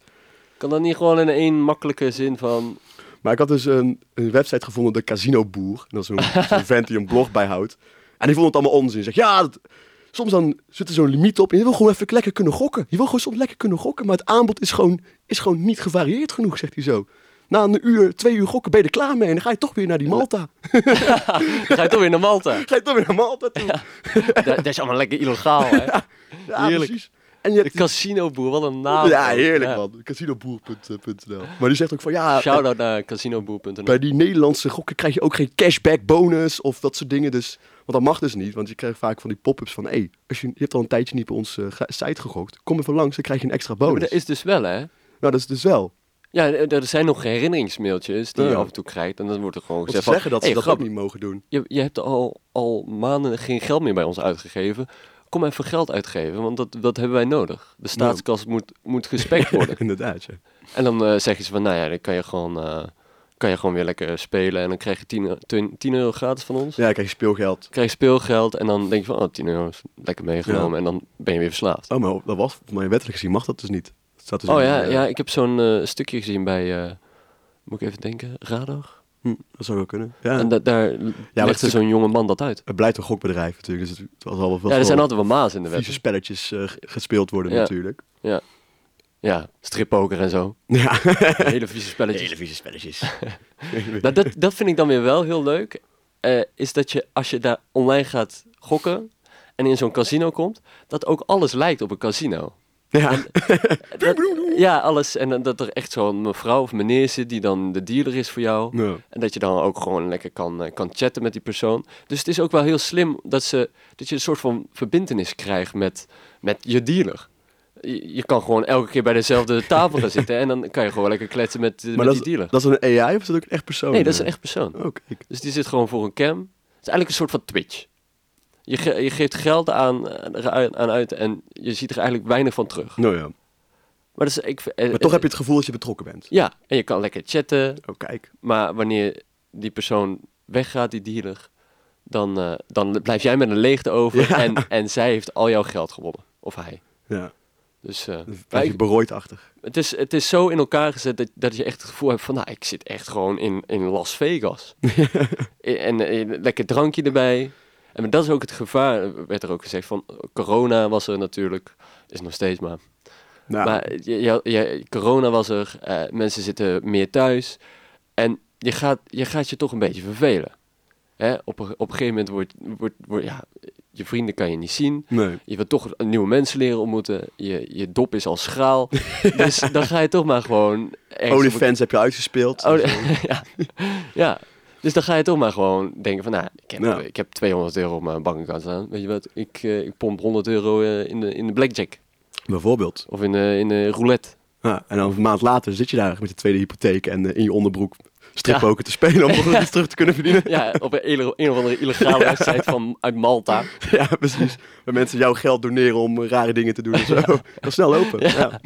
[SPEAKER 1] Kan dat niet gewoon in één makkelijke zin van...
[SPEAKER 2] Maar ik had dus een, een website gevonden, de Casino Boer. En dat is zo'n zo'n vent die een blog bijhoudt. En die vond het allemaal onzin. Zegt, ja, dat- soms dan zit er zo'n limiet op. En je wil gewoon even lekker kunnen gokken. Je wil gewoon soms lekker kunnen gokken. Maar het aanbod is gewoon, is gewoon niet gevarieerd genoeg, zegt hij zo. Na een uur, twee uur gokken ben je er klaar mee. En dan ga je toch weer naar die Malta.
[SPEAKER 1] Dan ga je toch weer naar Malta.
[SPEAKER 2] Ga je toch weer naar Malta toe. Ja,
[SPEAKER 1] Dat, dat is allemaal lekker illegaal, hè? heerlijk.
[SPEAKER 2] precies. En je
[SPEAKER 1] De
[SPEAKER 2] hebt...
[SPEAKER 1] casinoboer, wat een naam.
[SPEAKER 2] ja, heerlijk
[SPEAKER 1] Ja.
[SPEAKER 2] man. Casinoboer.nl Maar die zegt ook van, ja...
[SPEAKER 1] Shout-out naar casinoboer.nl.
[SPEAKER 2] bij die Nederlandse gokken krijg je ook geen cashback bonus of dat soort dingen. Dus, want dat mag dus niet, want je krijgt vaak van die pop-ups van... Hey, als je, je hebt al een tijdje niet bij ons eh, ga- site gegokt, kom even langs, dan krijg je een extra
[SPEAKER 1] Ja, maar
[SPEAKER 2] bonus.
[SPEAKER 1] dat is dus wel, hè?
[SPEAKER 2] Nou, dat is dus wel.
[SPEAKER 1] Ja, er er zijn nog herinneringsmailtjes die je
[SPEAKER 2] Ja.
[SPEAKER 1] af en toe krijgt. En dan wordt er gewoon
[SPEAKER 2] Want
[SPEAKER 1] gezegd
[SPEAKER 2] ze
[SPEAKER 1] van...
[SPEAKER 2] zeggen dat ze
[SPEAKER 1] hey,
[SPEAKER 2] dat
[SPEAKER 1] grap,
[SPEAKER 2] ook niet mogen doen.
[SPEAKER 1] je, je hebt al, al maanden geen geld meer bij ons uitgegeven. Kom even geld uitgeven, want dat, dat hebben wij nodig. De staatskas moet, moet gespekt worden.
[SPEAKER 2] Inderdaad, ja.
[SPEAKER 1] en dan eh zeggen ze van, nou ja, dan kan je gewoon... eh, kan je gewoon weer lekker spelen en dan krijg je 10, 10, 10 euro gratis van ons.
[SPEAKER 2] Ja, dan krijg je speelgeld.
[SPEAKER 1] Krijg je speelgeld en dan denk je van, oh, 10 euro is lekker meegenomen.
[SPEAKER 2] Ja.
[SPEAKER 1] En dan ben je weer verslaafd.
[SPEAKER 2] Oh, maar dat was, volgens mij wettelijk gezien mag dat dus niet. Dat staat dus
[SPEAKER 1] Oh
[SPEAKER 2] in,
[SPEAKER 1] ja,
[SPEAKER 2] eh,
[SPEAKER 1] ja ik heb zo'n eh, stukje gezien bij, eh, moet ik even denken, Radar?
[SPEAKER 2] hm, dat zou wel kunnen. Ja,
[SPEAKER 1] En da- daar
[SPEAKER 2] maar
[SPEAKER 1] legde
[SPEAKER 2] het-
[SPEAKER 1] zo'n jonge man dat uit.
[SPEAKER 2] het blijft een gokbedrijf natuurlijk, dus het, het was al wel veel
[SPEAKER 1] ja, er zijn altijd wel maas in de
[SPEAKER 2] vieze
[SPEAKER 1] wet.
[SPEAKER 2] spelletjes eh, g- gespeeld worden
[SPEAKER 1] Ja.
[SPEAKER 2] natuurlijk.
[SPEAKER 1] Ja, strippoker en zo.
[SPEAKER 2] Ja,
[SPEAKER 1] Hele vieze spelletjes.
[SPEAKER 2] vieze spelletjes.
[SPEAKER 1] Nou, dat, dat vind ik dan weer wel heel leuk. eh, is dat je, als je daar online gaat gokken en in zo'n casino komt, dat ook alles lijkt op een casino.
[SPEAKER 2] ja.
[SPEAKER 1] Dat- ja, alles. En dan dat er echt zo'n mevrouw of meneer zit die dan de dealer is voor jou.
[SPEAKER 2] Ja.
[SPEAKER 1] En dat je dan ook gewoon lekker kan, eh, kan chatten met die persoon. Dus het is ook wel heel slim dat, ze, dat je een soort van verbindenis krijgt met, met je dealer. Je, je kan gewoon elke keer bij dezelfde tafel gaan zitten en dan kan je gewoon lekker kletsen met, eh, met
[SPEAKER 2] Maar dat,
[SPEAKER 1] die dealer.
[SPEAKER 2] dat is een AI of is dat ook een echt persoon?
[SPEAKER 1] nee, dat is een
[SPEAKER 2] Eh,
[SPEAKER 1] echt persoon.
[SPEAKER 2] Oh, kijk.
[SPEAKER 1] Dus die zit gewoon voor een cam. Het is eigenlijk een soort van Twitch. Je, ge- je geeft geld aan, aan, aan uit en je ziet er eigenlijk weinig van terug.
[SPEAKER 2] Nou ja.
[SPEAKER 1] Maar, dat is, ik, vind- eh,
[SPEAKER 2] Maar toch
[SPEAKER 1] eh,
[SPEAKER 2] heb je het gevoel dat je betrokken bent.
[SPEAKER 1] Ja, en je kan lekker chatten.
[SPEAKER 2] Oh, kijk.
[SPEAKER 1] Maar wanneer die persoon weggaat, die dealer, dan, eh, dan blijf jij met een leegte over.
[SPEAKER 2] Ja.
[SPEAKER 1] En, en zij heeft al jouw geld gewonnen. Of hij.
[SPEAKER 2] Ja.
[SPEAKER 1] Dus eh,
[SPEAKER 2] Dan
[SPEAKER 1] maar
[SPEAKER 2] blijf je
[SPEAKER 1] ik-
[SPEAKER 2] berooidachtig.
[SPEAKER 1] het, is, het is zo in elkaar gezet dat, dat je echt het gevoel hebt van... Nou, ik zit echt gewoon in, in Las Vegas. en, eh, een lekker drankje erbij. En maar dat is ook het gevaar, eh, werd er ook gezegd. Van corona was er natuurlijk. Is nog steeds maar.
[SPEAKER 2] Nou,
[SPEAKER 1] Maar je, je- je- corona was er, eh, mensen zitten meer thuis. En je gaat je, gaat je toch een beetje vervelen. Hè? Op, een, op een gegeven moment wordt, wordt, wordt ja, je vrienden kan je niet zien.
[SPEAKER 2] nee.
[SPEAKER 1] Je wilt toch nieuwe mensen leren ontmoeten. Je, je dop is al schraal. dus dan ga je toch maar gewoon... ergens op een-
[SPEAKER 2] Onlyfans heb je uitgespeeld. Dus, eh,
[SPEAKER 1] Oh, ja. ja. Dus dan ga je toch maar gewoon denken van, nou, ik heb,
[SPEAKER 2] Ja.
[SPEAKER 1] ik heb 200 euro op mijn bankaccount staan. Weet je wat, ik, eh, ik pomp 100 euro eh, in, de, in de blackjack.
[SPEAKER 2] Bijvoorbeeld.
[SPEAKER 1] Of in de, in de roulette.
[SPEAKER 2] Ja, en dan een maand later zit je daar met je tweede hypotheek en eh, in je onderbroek strippoker te spelen om nog iets terug te kunnen verdienen.
[SPEAKER 1] Ja, op een, ele- een of andere illegale website van, uit Malta.
[SPEAKER 2] ja, precies. Waar mensen jouw geld doneren om eh, rare dingen te doen en zo. Kan snel lopen. Ja.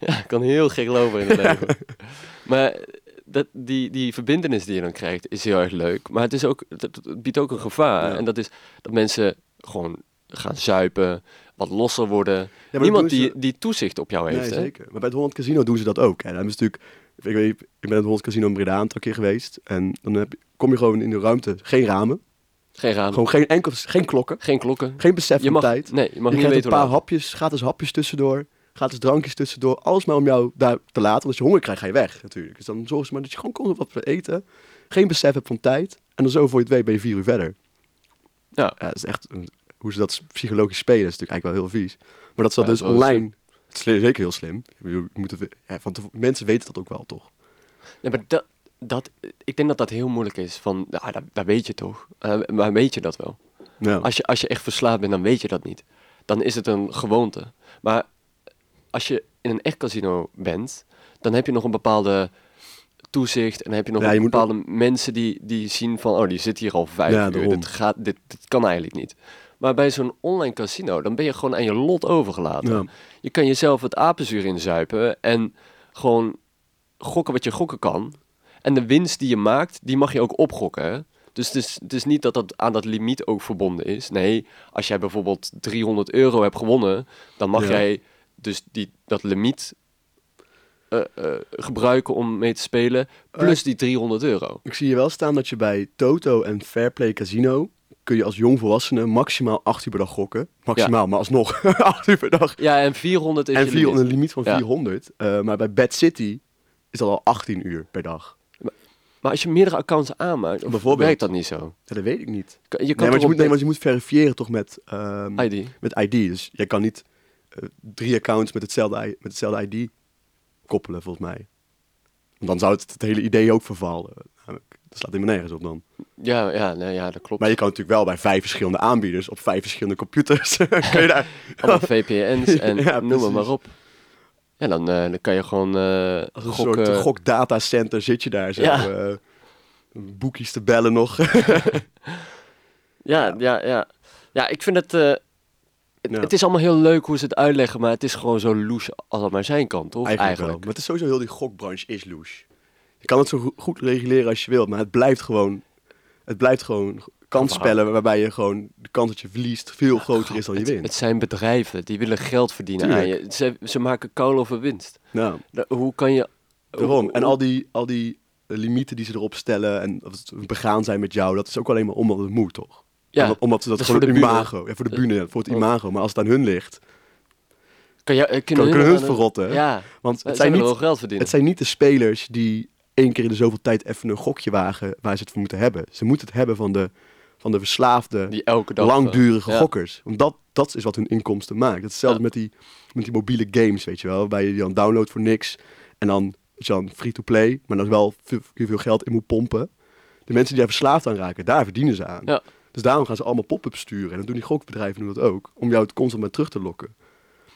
[SPEAKER 1] Ja, kan heel gek lopen in het leven. Maar dat, die, die verbindenis die je dan krijgt is heel erg leuk. Maar het, is ook, het, het- het biedt ook een gevaar.
[SPEAKER 2] Ja.
[SPEAKER 1] En dat is dat mensen gewoon gaan zuipen, wat losser worden.
[SPEAKER 2] dat
[SPEAKER 1] Niemand
[SPEAKER 2] doen
[SPEAKER 1] die,
[SPEAKER 2] ze-
[SPEAKER 1] die toezicht op jou
[SPEAKER 2] Nee,
[SPEAKER 1] heeft. hè?
[SPEAKER 2] zeker. Maar bij het Holland Casino doen ze dat ook. En dan hebben ze natuurlijk Ik, weet, ik ben in het Hollands Casino in Breda een aantal keer geweest. En dan heb, je- kom je gewoon in de ruimte. Geen ramen.
[SPEAKER 1] Geen ramen,
[SPEAKER 2] Gewoon geen, enkel, geen klokken.
[SPEAKER 1] geen klokken.
[SPEAKER 2] Geen besef
[SPEAKER 1] Je
[SPEAKER 2] van
[SPEAKER 1] mag,
[SPEAKER 2] tijd.
[SPEAKER 1] nee, je mag
[SPEAKER 2] je
[SPEAKER 1] niet
[SPEAKER 2] krijgt
[SPEAKER 1] weten
[SPEAKER 2] een
[SPEAKER 1] hoe
[SPEAKER 2] paar
[SPEAKER 1] laat.
[SPEAKER 2] hapjes, gratis hapjes tussendoor. Gratis drankjes tussendoor. Alles maar om jou daar te laten. Want als je honger krijgt, ga je weg natuurlijk. Dus dan zorgen ze maar dat je gewoon komt op wat te eten. Geen besef hebt van tijd. En dan zo voor je het weet ben je vier uur verder.
[SPEAKER 1] Ja.
[SPEAKER 2] dat is echt, een- hoe ze dat psychologisch spelen is natuurlijk eigenlijk wel heel vies. Maar dat ze dat
[SPEAKER 1] Ja,
[SPEAKER 2] dus
[SPEAKER 1] dat is wel
[SPEAKER 2] online... Het is zeker heel slim. Ik bedoel, je moet het- ja, van te- mensen weten dat ook wel, toch?
[SPEAKER 1] Nee, maar dat, dat, ik denk dat dat heel moeilijk is. Van, ja, dat, dat weet je toch? Eh, maar weet je dat wel?
[SPEAKER 2] Ja.
[SPEAKER 1] Als je, als je echt verslaafd bent, dan weet je dat niet. Dan is het een gewoonte. Maar als je in een echt casino bent, dan heb je nog een bepaalde toezicht. En dan heb je nog
[SPEAKER 2] Ja,
[SPEAKER 1] een
[SPEAKER 2] je moet
[SPEAKER 1] bepaalde mensen die, die zien van... Oh, die zit hier al vijf
[SPEAKER 2] Ja,
[SPEAKER 1] uur.
[SPEAKER 2] daarom.
[SPEAKER 1] Dit, gaat, dit, dit kan eigenlijk niet. Maar bij zo'n online casino, dan ben je gewoon aan je lot overgelaten.
[SPEAKER 2] Ja.
[SPEAKER 1] Je kan jezelf het apenzuur inzuipen en gewoon gokken wat je gokken kan. En de winst die je maakt, die mag je ook opgokken. hè. Dus het is, het is niet dat dat aan dat limiet ook verbonden is. Nee, als jij bijvoorbeeld 300 euro hebt gewonnen, dan mag
[SPEAKER 2] Ja.
[SPEAKER 1] jij dus die, dat limiet eh, eh, gebruiken om mee te spelen.
[SPEAKER 2] Eh.
[SPEAKER 1] Plus die 300 euro.
[SPEAKER 2] Ik zie je wel staan dat je bij Toto en Fairplay Casino kun je als jongvolwassene maximaal 8 uur per dag gokken. Maximaal, maar alsnog 8 uur per dag.
[SPEAKER 1] Ja, en 400 is
[SPEAKER 2] En
[SPEAKER 1] je
[SPEAKER 2] 400,
[SPEAKER 1] limiet.
[SPEAKER 2] een limiet van
[SPEAKER 1] Ja.
[SPEAKER 2] 400. Eh, maar bij Bad City is dat al 18 uur per dag.
[SPEAKER 1] Maar als je meerdere accounts aanmaakt,
[SPEAKER 2] Bijvoorbeeld.
[SPEAKER 1] werkt dat niet zo.
[SPEAKER 2] Ja, dat weet ik niet.
[SPEAKER 1] Kan- Je
[SPEAKER 2] Nee,
[SPEAKER 1] kan
[SPEAKER 2] want je,
[SPEAKER 1] toch
[SPEAKER 2] moet,
[SPEAKER 1] op
[SPEAKER 2] nee, want je moet verifiëren toch met, ehm,
[SPEAKER 1] dit ID.
[SPEAKER 2] met ID. Dus je kan niet eh, drie accounts met hetzelfde, i- met hetzelfde ID koppelen, volgens mij. Want dan zou het, het hele idee ook vervallen. Namelijk, Dat slaat helemaal nergens op dan.
[SPEAKER 1] Ja, ja, nee, ja, dat klopt.
[SPEAKER 2] Maar je kan natuurlijk wel bij vijf verschillende aanbieders op vijf verschillende computers. kun je daar,
[SPEAKER 1] Allemaal VPN's en
[SPEAKER 2] Ja,
[SPEAKER 1] noem het maar
[SPEAKER 2] precies.
[SPEAKER 1] op. Ja, dan, eh, dan kan je gewoon eh
[SPEAKER 2] als een
[SPEAKER 1] gokken.
[SPEAKER 2] soort gokdatacenter zit je daar zo.
[SPEAKER 1] Ja.
[SPEAKER 2] eh, boekies te bellen nog.
[SPEAKER 1] Ja, ja, ja. Ja, ik vind het... eh, het,
[SPEAKER 2] Ja.
[SPEAKER 1] het is allemaal heel leuk hoe ze het uitleggen, maar het is gewoon zo loose als het maar zijn kan, toch? Eigenlijk.
[SPEAKER 2] wel. Maar het is sowieso heel die gokbranche is loose. Je kan het zo go- goed reguleren als je wilt, maar het blijft gewoon... Het blijft gewoon kansspellen waarbij je gewoon de kans dat je verliest veel groter is dan je
[SPEAKER 1] Het,
[SPEAKER 2] wint.
[SPEAKER 1] het zijn bedrijven die willen geld verdienen
[SPEAKER 2] Tuurlijk.
[SPEAKER 1] aan je. Ze, ze maken kool over winst.
[SPEAKER 2] Nou,
[SPEAKER 1] Da- Hoe kan je...
[SPEAKER 2] daarom.
[SPEAKER 1] hoe-
[SPEAKER 2] En al die, al die eh, limieten die ze erop stellen en of het begaan zijn met jou, dat is ook alleen maar omdat het moet, toch?
[SPEAKER 1] Ja,
[SPEAKER 2] Omdat, omdat ze dat
[SPEAKER 1] Dat is
[SPEAKER 2] gewoon
[SPEAKER 1] voor de
[SPEAKER 2] voor het
[SPEAKER 1] bühne.
[SPEAKER 2] imago. Ja, voor de bühne, voor het imago. Maar als het aan hun ligt,
[SPEAKER 1] kan je, eh,
[SPEAKER 2] kan kunnen hun
[SPEAKER 1] nog
[SPEAKER 2] het
[SPEAKER 1] aan
[SPEAKER 2] verrotten. hè?
[SPEAKER 1] Ja,
[SPEAKER 2] Want
[SPEAKER 1] het zijn
[SPEAKER 2] het zijn,
[SPEAKER 1] willen wel
[SPEAKER 2] niet,
[SPEAKER 1] geld verdienen.
[SPEAKER 2] het zijn niet de spelers die één keer in de zoveel tijd even een gokje wagen waar ze het voor moeten hebben. Ze moeten het hebben van de, van de verslaafde,
[SPEAKER 1] die elke dag... eh,
[SPEAKER 2] langdurige
[SPEAKER 1] ja.
[SPEAKER 2] gokkers. Want dat, dat is wat hun inkomsten maakt. Dat is hetzelfde
[SPEAKER 1] Ja.
[SPEAKER 2] met, die, met die mobiele games, weet je wel. Waarbij je die dan downloadt voor niks en dan, weet je wel, free-to-play, maar dan wel veel, veel geld in moet pompen. De mensen die daar verslaafd aan raken, daar verdienen ze aan.
[SPEAKER 1] Ja.
[SPEAKER 2] Dus daarom gaan ze allemaal pop-ups sturen. En dat doen die gokbedrijven doen dat ook. Om jou het constant maar terug te lokken.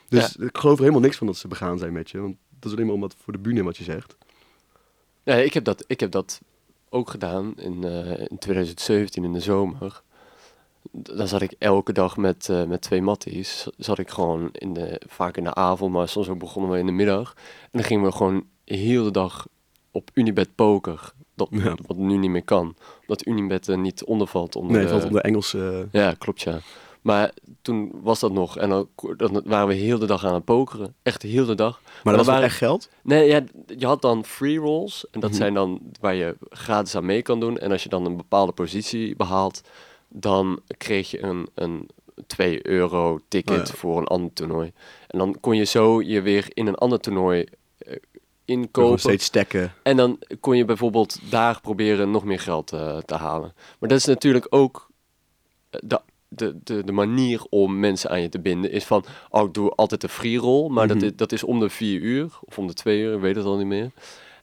[SPEAKER 2] Dus ik geloof er helemaal niks van dat ze begaan zijn met je. Want dat is alleen maar omdat voor de bühne wat je zegt.
[SPEAKER 1] Nee, ik heb dat, ik heb dat ook gedaan in, eh, in 2017 in de zomer. D- Dan zat ik elke dag met, eh, met twee matties. Z- Zat ik gewoon in de, vaak in de avond, maar soms ook begonnen we in de middag. En dan gingen we gewoon heel de dag op Unibet poker. Dat,
[SPEAKER 2] Ja.
[SPEAKER 1] Wat nu niet meer kan. Omdat Unibet er niet onder valt. Onder
[SPEAKER 2] Nee,
[SPEAKER 1] de-
[SPEAKER 2] valt onder Engelse...
[SPEAKER 1] Ja, klopt ja. Maar toen was dat nog. En dan, dan waren we heel de dag aan het pokeren. Echt heel de dag.
[SPEAKER 2] Maar dat was
[SPEAKER 1] waren-
[SPEAKER 2] wel echt geld?
[SPEAKER 1] Nee, ja, je had dan free rolls. En dat
[SPEAKER 2] Mhm.
[SPEAKER 1] zijn dan waar je gratis aan mee kan doen. En als je dan een bepaalde positie behaalt, dan kreeg je een, een 2 euro ticket
[SPEAKER 2] Oh ja.
[SPEAKER 1] voor een ander toernooi. En dan kon je zo je weer in een ander toernooi eh,
[SPEAKER 2] Gewoon
[SPEAKER 1] inkopen.
[SPEAKER 2] steeds stekken.
[SPEAKER 1] En dan kon je bijvoorbeeld daar proberen nog meer geld eh, te halen. Maar dat is natuurlijk ook eh, de, de, de, de manier om mensen aan je te binden. Is van, oh, ik doe altijd een free roll. Maar dat,
[SPEAKER 2] Mhm.
[SPEAKER 1] is, dat is om de vier uur of om de twee uur, ik weet het al niet meer.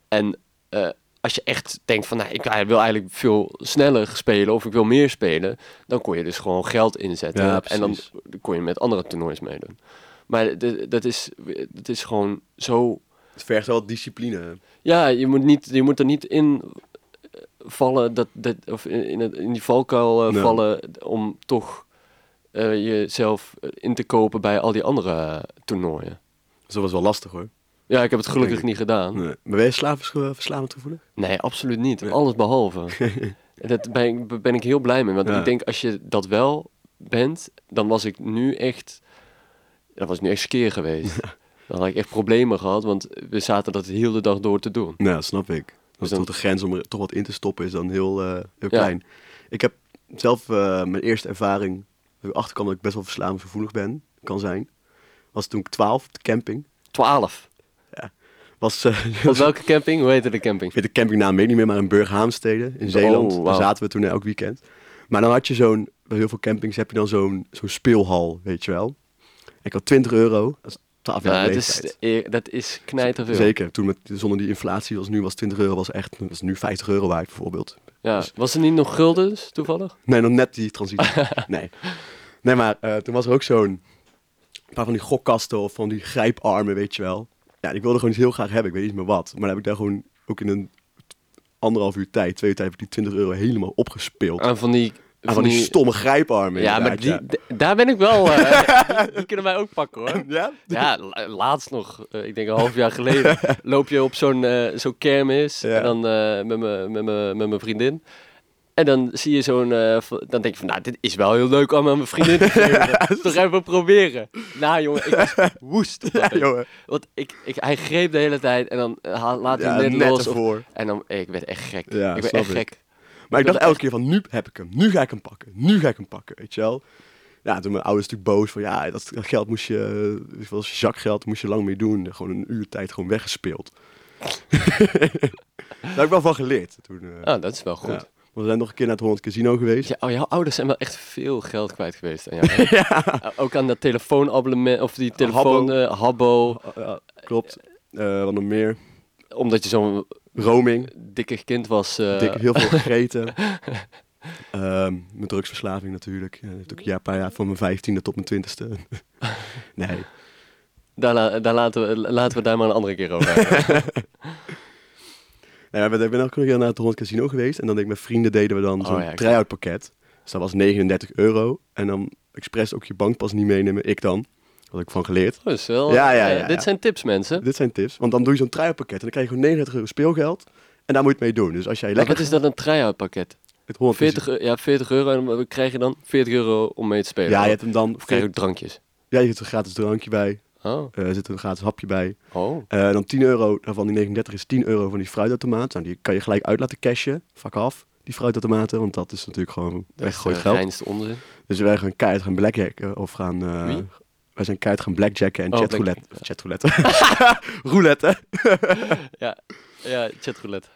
[SPEAKER 1] En eh, als je echt denkt van, nou, ik eh, wil eigenlijk veel sneller spelen of ik wil meer spelen. Dan kon je dus gewoon geld inzetten.
[SPEAKER 2] Ja,
[SPEAKER 1] en dan
[SPEAKER 2] precies.
[SPEAKER 1] kon je met andere toernoois meedoen. Maar de- dat is, dat is gewoon zo
[SPEAKER 2] Het vergt wel discipline.
[SPEAKER 1] ja, je moet, niet, je moet er niet in eh, vallen, dat, dat, of in, in het- in die valkuil eh,
[SPEAKER 2] Nee.
[SPEAKER 1] vallen, om toch eh, jezelf eh, in te kopen bij al die andere eh, toernooien.
[SPEAKER 2] Dus dat was wel lastig hoor.
[SPEAKER 1] Ja, ik heb het gelukkig
[SPEAKER 2] Denk ik.
[SPEAKER 1] niet gedaan.
[SPEAKER 2] Nee. Maar ben je eh, slaaf, verslavend gevoelig?
[SPEAKER 1] Nee, absoluut niet.
[SPEAKER 2] Nee.
[SPEAKER 1] Alles behalve.
[SPEAKER 2] Nou
[SPEAKER 1] En dat ben, ik- ben ik heel blij mee. Want
[SPEAKER 2] Ja.
[SPEAKER 1] ik denk, als je dat wel bent, dan was ik nu echt... Dat was nu echt skeer geweest. Dan had ik echt problemen gehad, want we zaten dat heel de dag door te doen.
[SPEAKER 2] Nou, dat snap ik.
[SPEAKER 1] Dus
[SPEAKER 2] Dus
[SPEAKER 1] dan-
[SPEAKER 2] tot de grens om er toch wat in te stoppen is dan heel, eh, heel klein. Ik heb zelf eh, mijn eerste ervaring, dat ik achterkwam dat ik best wel verslavingsgevoelig ben, kan zijn. Was toen ik 12 op de camping.
[SPEAKER 1] Twaalf.
[SPEAKER 2] Was, eh
[SPEAKER 1] Op welke camping? Hoe heette de camping?
[SPEAKER 2] ik weet de campingnaam weet ik niet meer, maar in Burghaamstede in Zeeland.
[SPEAKER 1] Oh, wauw.
[SPEAKER 2] Daar zaten we toen eh, elk weekend. Maar dan had je zo'n, bij heel veel campings heb je dan zo'n zo'n speelhal, weet je wel. Ik had 20 euro, dat is 12 jaar
[SPEAKER 1] Ja, dat
[SPEAKER 2] leeftijd.
[SPEAKER 1] is, eh, dat is knijterveel.
[SPEAKER 2] Zeker, toen met, zonder die inflatie als nu was 20 euro was echt, dat is nu 50 euro waard bijvoorbeeld.
[SPEAKER 1] Ja. Was er niet nog guldens, toevallig?
[SPEAKER 2] Nee, nog net die transitie. nee. nee, maar eh, toen was er ook zo'n een paar van die gokkasten of van die grijparmen, weet je wel. Ja, die wilde gewoon iets heel graag hebben, ik weet niet meer wat. Maar dan heb ik daar gewoon ook in een anderhalf uur tijd, twee uur tijd, heb ik die 20 euro helemaal opgespeeld.
[SPEAKER 1] Aan Ah, van die...
[SPEAKER 2] Aan van die stomme grijparmen.
[SPEAKER 1] Ja, maar die,
[SPEAKER 2] inderdaad,
[SPEAKER 1] d- daar ben ik wel... eh, die, die kunnen wij ook pakken, hoor.
[SPEAKER 2] Ja?
[SPEAKER 1] Ja, la- laatst nog, eh, ik denk een half jaar geleden, loop je op zo'n eh, zo'n kermis
[SPEAKER 2] Ja.
[SPEAKER 1] en dan, eh, met mijn- met mijn- met mijn vriendin. En dan zie je zo'n, eh, v- dan denk je van, nou, dit is wel heel leuk om aan mijn vriendin te geven. Toch even proberen. Nou jongen, ik was woest. op dat
[SPEAKER 2] Ja,
[SPEAKER 1] ding.
[SPEAKER 2] jongen.
[SPEAKER 1] Want ik, ik, hij greep de hele tijd en dan eh, haal- laat hij
[SPEAKER 2] Ja,
[SPEAKER 1] hem net,
[SPEAKER 2] net
[SPEAKER 1] los. of-
[SPEAKER 2] ervoor.
[SPEAKER 1] en dan, ik werd echt gek.
[SPEAKER 2] Ja,
[SPEAKER 1] ik ben
[SPEAKER 2] snap
[SPEAKER 1] echt
[SPEAKER 2] ik.
[SPEAKER 1] gek.
[SPEAKER 2] Maar ik dacht elke keer van, nu heb ik hem, nu ga ik hem pakken, nu ga ik hem pakken, weet je wel. Ja, toen mijn ouders natuurlijk boos van, ja, dat, dat geld moest je, eh, was zakgeld, moest je lang mee doen. Gewoon een uur tijd gewoon weggespeeld. Daar heb ik wel van geleerd toen. eh,
[SPEAKER 1] Oh, dat is wel
[SPEAKER 2] ja.
[SPEAKER 1] goed. Ja.
[SPEAKER 2] We zijn nog een keer naar het Holland Casino geweest.
[SPEAKER 1] oh, jouw ouders zijn wel echt veel geld kwijt geweest aan jou, hè? Eh, Ook aan dat telefoonabonnement, of die telefoon,
[SPEAKER 2] Habbo.
[SPEAKER 1] eh, Habbo.
[SPEAKER 2] Eh, ja, klopt. Eh wat nog meer.
[SPEAKER 1] Omdat je zo'n
[SPEAKER 2] Roaming.
[SPEAKER 1] dikke kind was. eh,
[SPEAKER 2] Dik, heel veel gegeten. Ehm, mijn drugsverslaving natuurlijk. Ja, dat heeft ook een jaar, paar jaar van mijn vijftiende tot mijn twintigste. nee.
[SPEAKER 1] daar, la- daar laten, we, laten we daar maar een andere keer over hebben.
[SPEAKER 2] Nou ja, we- ik ben ook nog een keer naar het Holland Casino geweest. En dan denk ik, met vrienden deden we dan
[SPEAKER 1] Oh,
[SPEAKER 2] zo'n
[SPEAKER 1] ja, ik-
[SPEAKER 2] try-out pakket. Dus dat was 39 euro. En dan expres ook je bankpas niet meenemen. Ik dan. Wat ik van geleerd.
[SPEAKER 1] Dus wel,
[SPEAKER 2] Ja, ja,
[SPEAKER 1] eh,
[SPEAKER 2] ja,
[SPEAKER 1] dit
[SPEAKER 2] ja.
[SPEAKER 1] zijn tips, mensen.
[SPEAKER 2] Dit zijn tips. Want dan doe je zo'n try-out pakket. En dan krijg je gewoon 39 euro speelgeld. En daar moet je het mee doen. Dus als jij
[SPEAKER 1] Maar
[SPEAKER 2] lekker...
[SPEAKER 1] wat is dat een try-out pakket?
[SPEAKER 2] Het Holland
[SPEAKER 1] 40, eu- ja, 40 euro en dan krijg je dan 40 euro om mee te spelen. Oh,
[SPEAKER 2] Casino- Ja, je hebt hem dan...
[SPEAKER 1] Of krijg je ook drankjes?
[SPEAKER 2] Ja, je zit een gratis drankje bij.
[SPEAKER 1] Oh,
[SPEAKER 2] Eh, er zit een gratis hapje bij.
[SPEAKER 1] oh.
[SPEAKER 2] Eh, dan 10 euro, daarvan die 39 is 10 euro van die fruitautomaat. Nou, die kan je gelijk uit laten cashen. Fuck af, die fruitautomaten. Want dat is natuurlijk gewoon
[SPEAKER 1] dat is eh,
[SPEAKER 2] weggegooid
[SPEAKER 1] de
[SPEAKER 2] geld.
[SPEAKER 1] reinste onzin.
[SPEAKER 2] Dus wij gaan keihard gaan blackjacken of gaan... eh,
[SPEAKER 1] Wie?
[SPEAKER 2] Wij zijn keihard gaan blackjacken en
[SPEAKER 1] Oh,
[SPEAKER 2] chatroulette. Chatroulette. Roulette.
[SPEAKER 1] Ja, ja chatroulette.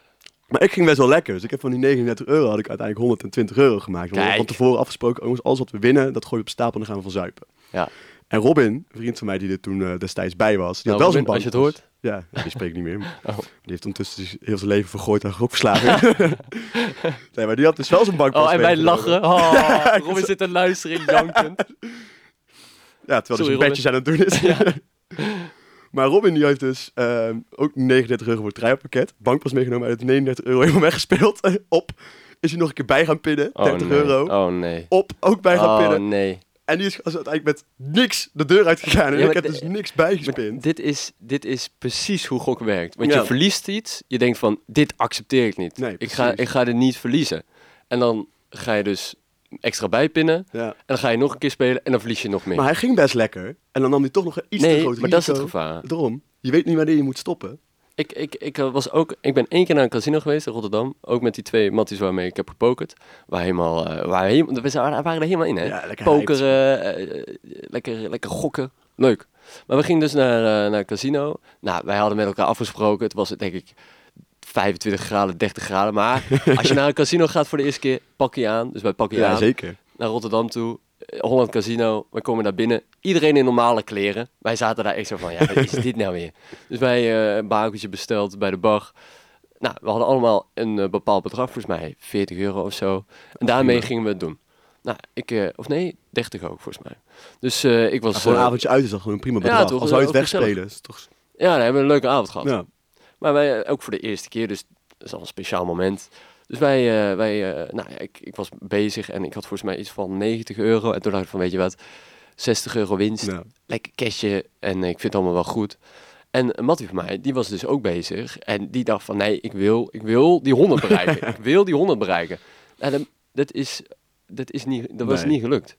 [SPEAKER 2] Maar ik ging best wel lekker. Dus ik heb van die 39 euro had ik uiteindelijk 120 euro gemaakt. Want we hadden
[SPEAKER 1] Kijk.
[SPEAKER 2] van tevoren afgesproken, oh, jongens, alles wat we winnen, dat gooien we op stapel en dan gaan we van zuipen.
[SPEAKER 1] Ja.
[SPEAKER 2] En Robin, een vriend van mij die er toen eh, destijds bij was, die
[SPEAKER 1] Nou,
[SPEAKER 2] had wel zijn
[SPEAKER 1] Robin, als je het
[SPEAKER 2] bankpas.
[SPEAKER 1] hoort.
[SPEAKER 2] Ja, die spreekt niet meer.
[SPEAKER 1] Oh.
[SPEAKER 2] Die heeft ondertussen dus heel zijn leven vergooid aan gokverslaving. nee, maar die had dus wel zijn bankpas
[SPEAKER 1] Oh, en wij
[SPEAKER 2] meegenomen.
[SPEAKER 1] lachen. Oh, Robin zit te luisteren, jankend.
[SPEAKER 2] Ja, terwijl
[SPEAKER 1] Sorry,
[SPEAKER 2] hij zijn bedjes aan het doen is. maar Robin die heeft dus ehm, ook 39 euro voor het treienpakket. Bankpas meegenomen uit het 39 euro helemaal weggespeeld. op. Is hij nog een keer bij gaan pinnen.
[SPEAKER 1] Oh,
[SPEAKER 2] 30
[SPEAKER 1] nee.
[SPEAKER 2] euro.
[SPEAKER 1] Oh, nee.
[SPEAKER 2] Op, ook bij gaan
[SPEAKER 1] Oh,
[SPEAKER 2] pinnen.
[SPEAKER 1] nee.
[SPEAKER 2] En die is uiteindelijk met niks de deur uitgegaan. En
[SPEAKER 1] Ja,
[SPEAKER 2] ik
[SPEAKER 1] maar
[SPEAKER 2] heb
[SPEAKER 1] de-
[SPEAKER 2] dus niks bijgespind.
[SPEAKER 1] Maar Dit is, dit is precies hoe gokken werkt. Want je
[SPEAKER 2] Ja.
[SPEAKER 1] verliest iets, je denkt van, dit accepteer ik niet.
[SPEAKER 2] Nee,
[SPEAKER 1] ik, ga,
[SPEAKER 2] precies.
[SPEAKER 1] ik ga dit niet verliezen. En dan ga je dus extra bijpinnen. En
[SPEAKER 2] Ja.
[SPEAKER 1] dan ga je nog een keer spelen en dan verlies je nog meer.
[SPEAKER 2] Maar hij ging best lekker. En dan nam hij toch nog een iets te
[SPEAKER 1] nee,
[SPEAKER 2] groot
[SPEAKER 1] maar dat is het
[SPEAKER 2] risico.
[SPEAKER 1] gevaar.
[SPEAKER 2] Daarom, je weet niet wanneer je moet stoppen.
[SPEAKER 1] Ik, ik, ik, eh, was ook, ik ben één keer naar een casino geweest in Rotterdam. Ook met die twee matties waarmee ik heb gepokerd. Waar helemaal, eh, waar helemaal, we waren, waren er helemaal in, hè?
[SPEAKER 2] Ja, lekker
[SPEAKER 1] Eh, Pokeren, eh, eh, lekker, lekker gokken. Leuk. Maar we gingen dus naar, eh, naar het casino. Nou, wij hadden met elkaar afgesproken. Het was denk ik 25 graden, 30 graden. Maar als je naar een casino gaat voor de eerste keer, pak je aan. Dus wij pakken je
[SPEAKER 2] Ja,
[SPEAKER 1] aan
[SPEAKER 2] zeker.
[SPEAKER 1] naar Rotterdam toe. eh, Holland Casino, we komen daar binnen. Iedereen in normale kleren. Wij zaten daar echt zo van, ja, wat is dit nou weer? Dus wij eh, een bakeltje besteld bij de bar. Nou, we hadden allemaal een eh, bepaald bedrag, volgens mij 40 euro of zo. En daarmee gingen we het doen. Nou, ik, eh, of nee, 30 ook volgens mij. Dus eh, ik was...
[SPEAKER 2] Voor een
[SPEAKER 1] eh,
[SPEAKER 2] avondje uit is dat gewoon een prima
[SPEAKER 1] Ja,
[SPEAKER 2] bedrag.
[SPEAKER 1] toch, eh,
[SPEAKER 2] Al zou je het
[SPEAKER 1] ook gezellig.
[SPEAKER 2] wegspelen. Is toch...
[SPEAKER 1] ja, daar hebben we een leuke avond gehad.
[SPEAKER 2] Ja.
[SPEAKER 1] Maar wij, eh, ook voor de eerste keer, dus dat is al een speciaal moment. Dus wij, eh, wij eh, nou ja, ik, ik was bezig en ik had volgens mij iets van 90 euro. En toen dacht ik van, weet je wat, 60 euro winst.
[SPEAKER 2] Ja.
[SPEAKER 1] lekker cashje en ik vind het allemaal wel goed. En een mattie van mij, die was dus ook bezig. En die dacht van, nee, ik wil, ik wil die 100 bereiken. ik wil die 100 bereiken. En dat, dat, is, dat, is niet, dat was
[SPEAKER 2] Nee.
[SPEAKER 1] niet gelukt.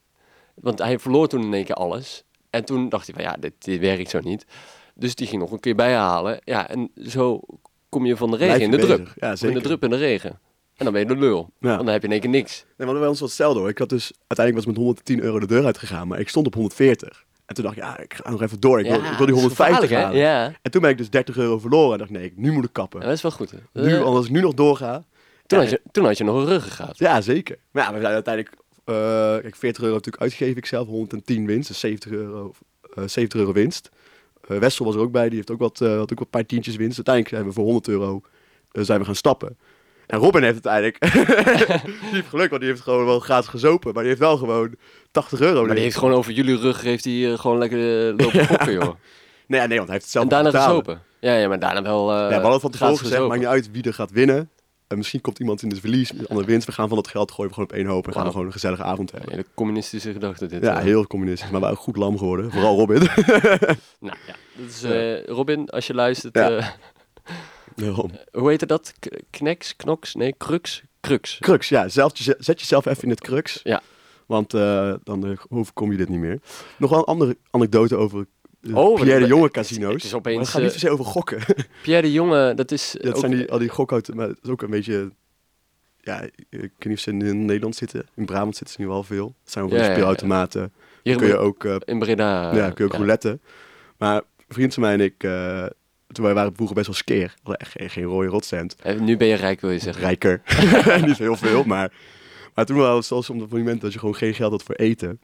[SPEAKER 1] Want hij verloor toen in één keer alles. En toen dacht hij van, ja, dit, dit werkt zo niet. Dus die ging nog een keer bijhalen. Ja, en zo kom je van de regen in
[SPEAKER 2] Blijf je
[SPEAKER 1] de drup.
[SPEAKER 2] bezig. Ja,
[SPEAKER 1] Of In
[SPEAKER 2] zeker.
[SPEAKER 1] de drup en de regen. En dan ben je de lul.
[SPEAKER 2] Ja.
[SPEAKER 1] Want dan heb je in één keer niks.
[SPEAKER 2] Nee, maar bij ons was hetzelfde hoor. Ik had dus uiteindelijk was ik met 110 euro de deur uitgegaan, maar ik stond op 140. En toen dacht ik, ja, ik ga nog even door. Ik, wil,
[SPEAKER 1] Ja,
[SPEAKER 2] ik wil die
[SPEAKER 1] dat is
[SPEAKER 2] 150
[SPEAKER 1] gevaarlijk,
[SPEAKER 2] halen.
[SPEAKER 1] hè? Ja.
[SPEAKER 2] En toen ben ik dus 30 euro verloren. En dacht nee, ik- nu moet ik kappen.
[SPEAKER 1] Ja, dat is wel goed. hè?
[SPEAKER 2] Nu,
[SPEAKER 1] Eh,
[SPEAKER 2] want als ik nu nog doorga.
[SPEAKER 1] toen,
[SPEAKER 2] ja,
[SPEAKER 1] had je, toen had je nog een ruggengraat.
[SPEAKER 2] Ja, zeker. Maar ja, we zijn uiteindelijk... eh, kijk, 40 euro natuurlijk uitgegeven. Ik zelf 110 winst. Dus 70 euro, eh, 70 euro winst. Eh Wessel was er ook bij. Die heeft ook wat, eh, had ook wat paar tientjes winst. Uiteindelijk zijn we voor 100 euro eh, zijn we gaan stappen. En Robin heeft uiteindelijk... die heeft geluk, want die heeft gewoon wel gratis gezopen. Maar die heeft wel gewoon 80 euro.
[SPEAKER 1] Maar die heeft gewoon over jullie rug heeft hij eh, gewoon lekker eh, lopen gokken, joh.
[SPEAKER 2] Nee, ja, nee, want hij heeft het zelf
[SPEAKER 1] En daarna
[SPEAKER 2] moeten betalen.
[SPEAKER 1] gesopen. Ja, ja, maar daarna wel. eh
[SPEAKER 2] ja, we hadden het van tevoren
[SPEAKER 1] gratis
[SPEAKER 2] gezegd,
[SPEAKER 1] gezopen.
[SPEAKER 2] maakt niet uit wie er gaat winnen. En misschien komt iemand in het verlies, een ander wint. We gaan van dat geld gooien we gewoon op één hoop en gaan
[SPEAKER 1] Wauw.
[SPEAKER 2] we gewoon een gezellige avond hebben.
[SPEAKER 1] Hele communistische gedachte dit.
[SPEAKER 2] Ja,
[SPEAKER 1] eh.
[SPEAKER 2] heel communistisch. Maar we waren goed lam geworden. Vooral Robin.
[SPEAKER 1] Nou, ja. Dat is, eh, Robin, als je luistert.
[SPEAKER 2] Ja.
[SPEAKER 1] eh,
[SPEAKER 2] Daarom.
[SPEAKER 1] hoe heette dat? K- Kneks, knoks, nee, crux, crux.
[SPEAKER 2] crux, ja. Zelf, je- zet jezelf even in het crux.
[SPEAKER 1] Ja.
[SPEAKER 2] Want eh, dan eh, overkom je dit niet meer. Nog wel een andere anekdote over eh,
[SPEAKER 1] Oh,
[SPEAKER 2] Pierre de
[SPEAKER 1] het-
[SPEAKER 2] Jonge
[SPEAKER 1] het
[SPEAKER 2] casino's.
[SPEAKER 1] is- het is opeens,
[SPEAKER 2] Maar het gaat niet
[SPEAKER 1] eh,
[SPEAKER 2] zozeer over gokken.
[SPEAKER 1] Pierre de Jonge, dat is. eh,
[SPEAKER 2] dat
[SPEAKER 1] ook-
[SPEAKER 2] zijn die, al die gokhouten. Maar het is ook een beetje... Ja, ik weet niet of ze in Nederland zitten. In Brabant zitten ze nu wel veel. Het zijn ook wel
[SPEAKER 1] Ja,
[SPEAKER 2] die
[SPEAKER 1] ja, ja.
[SPEAKER 2] speelautomaten.
[SPEAKER 1] hier Ah,
[SPEAKER 2] kun je ook eh,
[SPEAKER 1] in Breda.
[SPEAKER 2] ja, kun je ook roulette. Maar een vriend van mij en ik, eh, toen wij waren vroeger best wel skeer. We hadden echt geen, geen rode rotcent.
[SPEAKER 1] Eh, Nu ben je rijk, wil je zeggen.
[SPEAKER 2] Rijker. Niet heel veel, maar... Maar toen was het zelfs op het moment dat je gewoon geen geld had voor eten.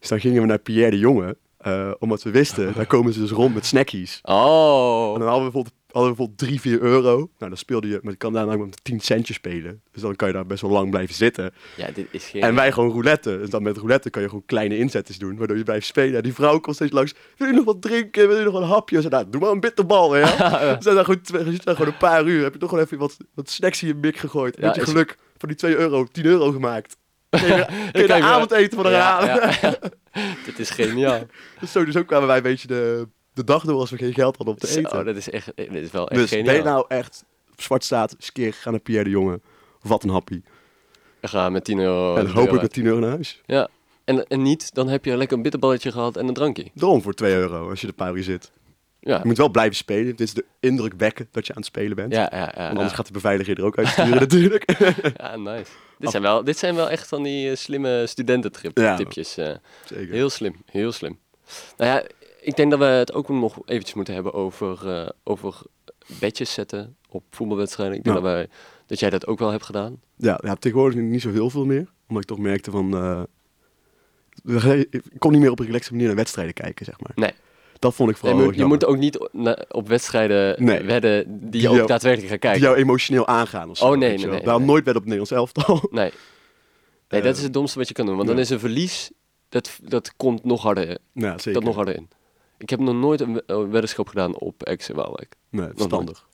[SPEAKER 2] Dus dan gingen we naar Pierre de Jonge. eh, omdat we wisten, daar komen ze dus rond met snackies. En
[SPEAKER 1] Oh.
[SPEAKER 2] dan hadden we bijvoorbeeld, hadden we bijvoorbeeld 3, 4 euro. Nou, dan speelde je, maar je kan daar namelijk met 10 centjes spelen. Dus dan kan je daar best wel lang blijven zitten.
[SPEAKER 1] Ja, dit is geen.
[SPEAKER 2] En wij gewoon roulette. Dus dan met roulette kan je gewoon kleine inzetters doen, waardoor je blijft spelen. En die vrouw komt steeds langs. Wil je nog wat drinken? Wil je nog wat hapjes? En nou, doe maar een bitterbal, hè. Ze zijn daar gewoon, twee- ze zijn daar gewoon een paar uur. Heb je toch gewoon even wat, wat snacks in je mik gegooid. En
[SPEAKER 1] Ja,
[SPEAKER 2] met je
[SPEAKER 1] is-
[SPEAKER 2] geluk van die 2 euro 10 euro gemaakt. Kun je, kun je
[SPEAKER 1] kan
[SPEAKER 2] de
[SPEAKER 1] je weer-
[SPEAKER 2] avondeten van
[SPEAKER 1] Ja,
[SPEAKER 2] herhalen.
[SPEAKER 1] ja. dit is geniaal.
[SPEAKER 2] Dus zo, dus ook kwamen wij een beetje de, de dag door als we geen geld hadden om te eten.
[SPEAKER 1] Zo, Oh, dat is echt, dit is wel echt
[SPEAKER 2] dus ben
[SPEAKER 1] geniaal.
[SPEAKER 2] je nou echt op zwart staat, skeer, ga naar Pierre de Jonge. Wat een happy.
[SPEAKER 1] Ga met 10 euro.
[SPEAKER 2] en
[SPEAKER 1] de deur
[SPEAKER 2] hopelijk
[SPEAKER 1] uit.
[SPEAKER 2] met 10 euro naar huis.
[SPEAKER 1] Ja. En, en niet, dan heb je lekker een bitterballetje gehad en een drankje.
[SPEAKER 2] Daarom voor 2 euro als je de paar uur zit.
[SPEAKER 1] Ja,
[SPEAKER 2] Je moet wel blijven spelen. Dit is de indruk wekken dat je aan het spelen bent.
[SPEAKER 1] ja, ja. ja,
[SPEAKER 2] Want
[SPEAKER 1] ja.
[SPEAKER 2] anders gaat de beveiliger er ook uitsturen natuurlijk.
[SPEAKER 1] Ja, nice. Dit zijn, wel, dit zijn wel echt van die eh, slimme
[SPEAKER 2] Ja.
[SPEAKER 1] studententipjes. eh
[SPEAKER 2] Zeker.
[SPEAKER 1] heel slim, heel slim. Nou ja, ik denk dat we het ook nog eventjes moeten hebben over, eh, over bedjes zetten op voetbalwedstrijden. Ik denk
[SPEAKER 2] Ja.
[SPEAKER 1] dat, wij, dat jij dat ook wel hebt gedaan.
[SPEAKER 2] Ja, ja, tegenwoordig niet zo heel veel meer. Omdat ik toch merkte van... eh, we- ik kon niet meer op een relaxte manier naar wedstrijden kijken, zeg maar.
[SPEAKER 1] Nee.
[SPEAKER 2] Dat vond ik
[SPEAKER 1] Je
[SPEAKER 2] vooral
[SPEAKER 1] moet,
[SPEAKER 2] heel
[SPEAKER 1] je
[SPEAKER 2] jammer.
[SPEAKER 1] moet ook niet o- na- op wedstrijden
[SPEAKER 2] Nee.
[SPEAKER 1] wedden die, je
[SPEAKER 2] Die
[SPEAKER 1] ook
[SPEAKER 2] jou-
[SPEAKER 1] daadwerkelijk gaat kijken.
[SPEAKER 2] Die jou emotioneel aangaan of zo.
[SPEAKER 1] Oh, nee,
[SPEAKER 2] weet
[SPEAKER 1] nee,
[SPEAKER 2] je wel.
[SPEAKER 1] nee,
[SPEAKER 2] Daarom
[SPEAKER 1] nee.
[SPEAKER 2] nooit werd op het Nederlands elftal.
[SPEAKER 1] Nee, nee dat
[SPEAKER 2] Eh,
[SPEAKER 1] is het domste wat je kan doen. Want dan
[SPEAKER 2] ja.
[SPEAKER 1] is een verlies, dat, dat komt nog harder, eh,
[SPEAKER 2] ja, Nou, zeker.
[SPEAKER 1] dat nog harder in. Ik heb nog nooit een we- een weddenschap gedaan op Ex en Waalwijk.
[SPEAKER 2] Nee, verstandig.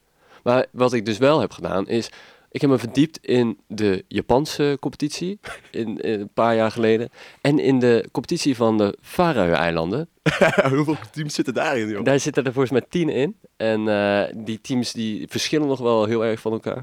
[SPEAKER 1] Maar wat ik dus wel heb gedaan is, ik heb me verdiept in de Japanse competitie in, in een paar jaar geleden en in de competitie van de Faroe-eilanden.
[SPEAKER 2] Hoeveel teams zitten daarin, joh?
[SPEAKER 1] Daar zitten er volgens mij tien in en eh, die teams die verschillen nog wel heel erg van elkaar.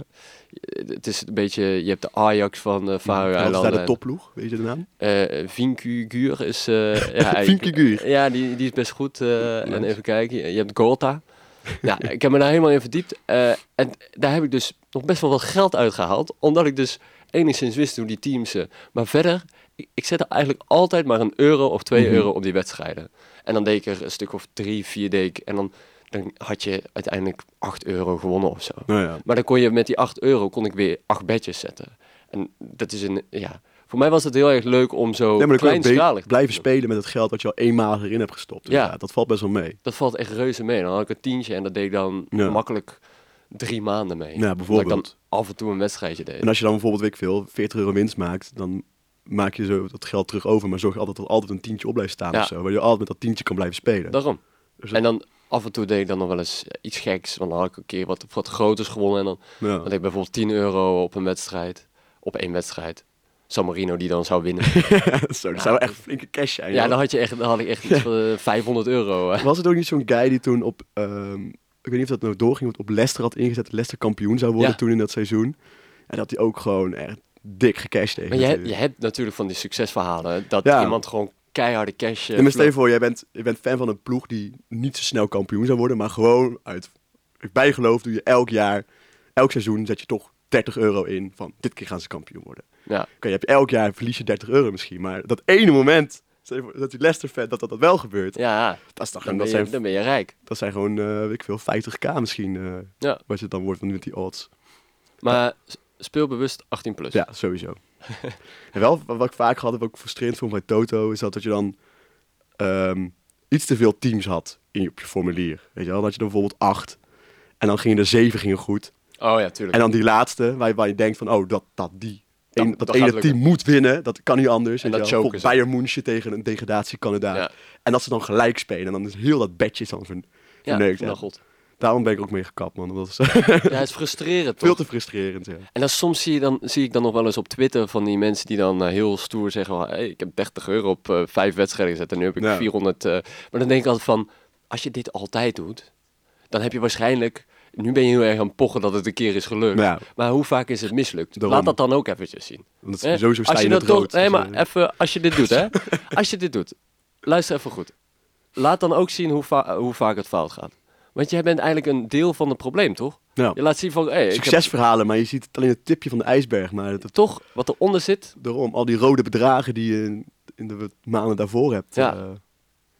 [SPEAKER 1] Eh, Het is een beetje, je hebt de Ajax van de
[SPEAKER 2] Wat is daar
[SPEAKER 1] Faroe-eilanden.
[SPEAKER 2] de topploeg? Weet je de naam?
[SPEAKER 1] Eh, Vinkugur is... eh ja, ik-
[SPEAKER 2] Vinkugur.
[SPEAKER 1] Ja, die, die is best goed. eh, En
[SPEAKER 2] Nice.
[SPEAKER 1] even kijken, je je hebt Golta. Nou, ik heb me daar helemaal in verdiept. eh, en daar heb ik dus nog best wel wat geld uitgehaald. Omdat ik dus enigszins wist hoe die teams... eh, maar verder, ik, ik zette eigenlijk altijd maar een euro of twee
[SPEAKER 2] Mhm.
[SPEAKER 1] euro op die wedstrijden. En dan deed ik er een stuk of drie, vier deed ik. En dan, dan had je uiteindelijk acht euro gewonnen of zo.
[SPEAKER 2] Nou ja.
[SPEAKER 1] Maar dan kon je met die 8 euro kon ik weer 8 bedjes zetten. En dat is een, ja. Voor mij was het heel erg leuk om zo
[SPEAKER 2] Nee, maar dan kan je ook
[SPEAKER 1] kleinschalig
[SPEAKER 2] be-
[SPEAKER 1] te
[SPEAKER 2] blijven
[SPEAKER 1] doen.
[SPEAKER 2] spelen met het geld wat je al eenmaal erin hebt gestopt.
[SPEAKER 1] Ja.
[SPEAKER 2] Ja. Dat valt best wel mee.
[SPEAKER 1] Dat valt echt reuze mee. Dan had ik een tientje en dat deed ik dan
[SPEAKER 2] Ja.
[SPEAKER 1] makkelijk drie maanden mee.
[SPEAKER 2] Ja,
[SPEAKER 1] Omdat ik dan
[SPEAKER 2] bijvoorbeeld. Nou,
[SPEAKER 1] af en toe een wedstrijdje deed.
[SPEAKER 2] En als je dan bijvoorbeeld, weet ik veel, 40 euro winst maakt, dan maak je zo dat geld terug over. Maar zorg altijd dat er altijd een tientje op blijft staan
[SPEAKER 1] Ja.
[SPEAKER 2] of zo. Waar je altijd met dat tientje kan blijven spelen.
[SPEAKER 1] Daarom.
[SPEAKER 2] Dus dat-
[SPEAKER 1] En dan af en toe deed ik dan nog wel eens eh, iets geks. Want dan had ik een keer wat, wat groters gewonnen. En dan
[SPEAKER 2] Ja.
[SPEAKER 1] had ik bijvoorbeeld 10 euro op een wedstrijd. Op één wedstrijd. San Marino die dan zou winnen.
[SPEAKER 2] zo, dat zijn wel echt flinke cash zijn.
[SPEAKER 1] ja,
[SPEAKER 2] joh.
[SPEAKER 1] dan had, je echt, dan had ik echt iets van eh, 500 euro. eh.
[SPEAKER 2] Was het ook niet zo'n guy die toen op, ehm, ik weet niet of dat nou doorging, want op Leicester had ingezet dat Leicester kampioen zou worden
[SPEAKER 1] Ja.
[SPEAKER 2] toen in dat seizoen. En dat hij ook gewoon echt dik gecashed heeft.
[SPEAKER 1] Maar je,
[SPEAKER 2] natuurlijk.
[SPEAKER 1] je hebt natuurlijk van die succesverhalen dat
[SPEAKER 2] Ja.
[SPEAKER 1] iemand gewoon keiharde cash. eh,
[SPEAKER 2] En maar stel je
[SPEAKER 1] vlo-
[SPEAKER 2] voor, jij bent, je bent fan van een ploeg die niet zo snel kampioen zou worden, maar gewoon uit bijgeloof doe je elk jaar, elk seizoen zet je toch 30 euro in van dit keer gaan ze kampioen worden. Oké,
[SPEAKER 1] Ja,
[SPEAKER 2] je hebt elk jaar verlies je 30 euro misschien, maar dat ene moment, stel je voor, dat die Leicester fan dat, dat dat wel gebeurt,
[SPEAKER 1] ja
[SPEAKER 2] dat, is toch,
[SPEAKER 1] dan,
[SPEAKER 2] dat,
[SPEAKER 1] ben je,
[SPEAKER 2] zijn,
[SPEAKER 1] dan ben je rijk.
[SPEAKER 2] dat zijn gewoon, eh, weet ik veel, 50k misschien, eh,
[SPEAKER 1] Ja.
[SPEAKER 2] wat het dan wordt met die odds.
[SPEAKER 1] Maar s- speel bewust 18 plus.
[SPEAKER 2] Ja, sowieso. en wel, wat ik vaak had, wat ik frustrerend vond bij Toto, is dat, dat je dan ehm, iets te veel teams had in je, op je formulier. Weet je wel, dat je dan bijvoorbeeld acht en dan gingen er zeven gingen goed.
[SPEAKER 1] Oh ja, tuurlijk.
[SPEAKER 2] En dan die laatste, waar, je- waar je denkt van, oh, dat, dat die.
[SPEAKER 1] Dat-
[SPEAKER 2] een-
[SPEAKER 1] dat
[SPEAKER 2] dat
[SPEAKER 1] gaat
[SPEAKER 2] ene
[SPEAKER 1] lukken.
[SPEAKER 2] team moet winnen, dat kan niet anders.
[SPEAKER 1] En
[SPEAKER 2] weet
[SPEAKER 1] dat
[SPEAKER 2] je wel.
[SPEAKER 1] choken ze.
[SPEAKER 2] Bayern München tegen een degradatiekandidaat.
[SPEAKER 1] Ja.
[SPEAKER 2] En dat ze dan gelijk spelen. En dan is heel dat bedje dan van...
[SPEAKER 1] ja,
[SPEAKER 2] verneukt,
[SPEAKER 1] van
[SPEAKER 2] hè.
[SPEAKER 1] dat god.
[SPEAKER 2] Daarom ben ik ook mee gekapt, man. Dat is
[SPEAKER 1] Ja, het is frustrerend
[SPEAKER 2] veel
[SPEAKER 1] toch?
[SPEAKER 2] te frustrerend, ja.
[SPEAKER 1] En dan soms zie, je dan, zie ik dan nog wel eens op Twitter van die mensen die dan eh, heel stoer zeggen... van, "Hey, ik heb 30 euro op eh, vijf wedstrijden gezet en nu heb ik
[SPEAKER 2] Ja.
[SPEAKER 1] 400... eh." maar dan denk ik altijd van, als je dit altijd doet, dan heb je waarschijnlijk... Nu ben je heel erg aan het pochen dat het een keer is gelukt.
[SPEAKER 2] Ja.
[SPEAKER 1] Maar hoe vaak is het mislukt?
[SPEAKER 2] Daarom.
[SPEAKER 1] Laat dat dan ook eventjes zien.
[SPEAKER 2] Want
[SPEAKER 1] Hè?
[SPEAKER 2] sowieso
[SPEAKER 1] Eh,
[SPEAKER 2] sta
[SPEAKER 1] als
[SPEAKER 2] je in
[SPEAKER 1] dat
[SPEAKER 2] het
[SPEAKER 1] toch-
[SPEAKER 2] rood.
[SPEAKER 1] Nee,
[SPEAKER 2] Dus,
[SPEAKER 1] maar
[SPEAKER 2] eh,
[SPEAKER 1] even, als je dit doet, hè. Als je dit doet, luister even goed. Laat dan ook zien hoe, va- hoe vaak het fout gaat. Want jij bent eigenlijk een deel van het probleem, toch?
[SPEAKER 2] ja.
[SPEAKER 1] Je laat zien van, hey, ik heb
[SPEAKER 2] succesverhalen, maar je ziet het alleen het tipje van de ijsberg. Maar dat,
[SPEAKER 1] toch wat eronder zit.
[SPEAKER 2] daarom, al die rode bedragen die je in, in de maanden daarvoor hebt.
[SPEAKER 1] Ja.
[SPEAKER 2] eh,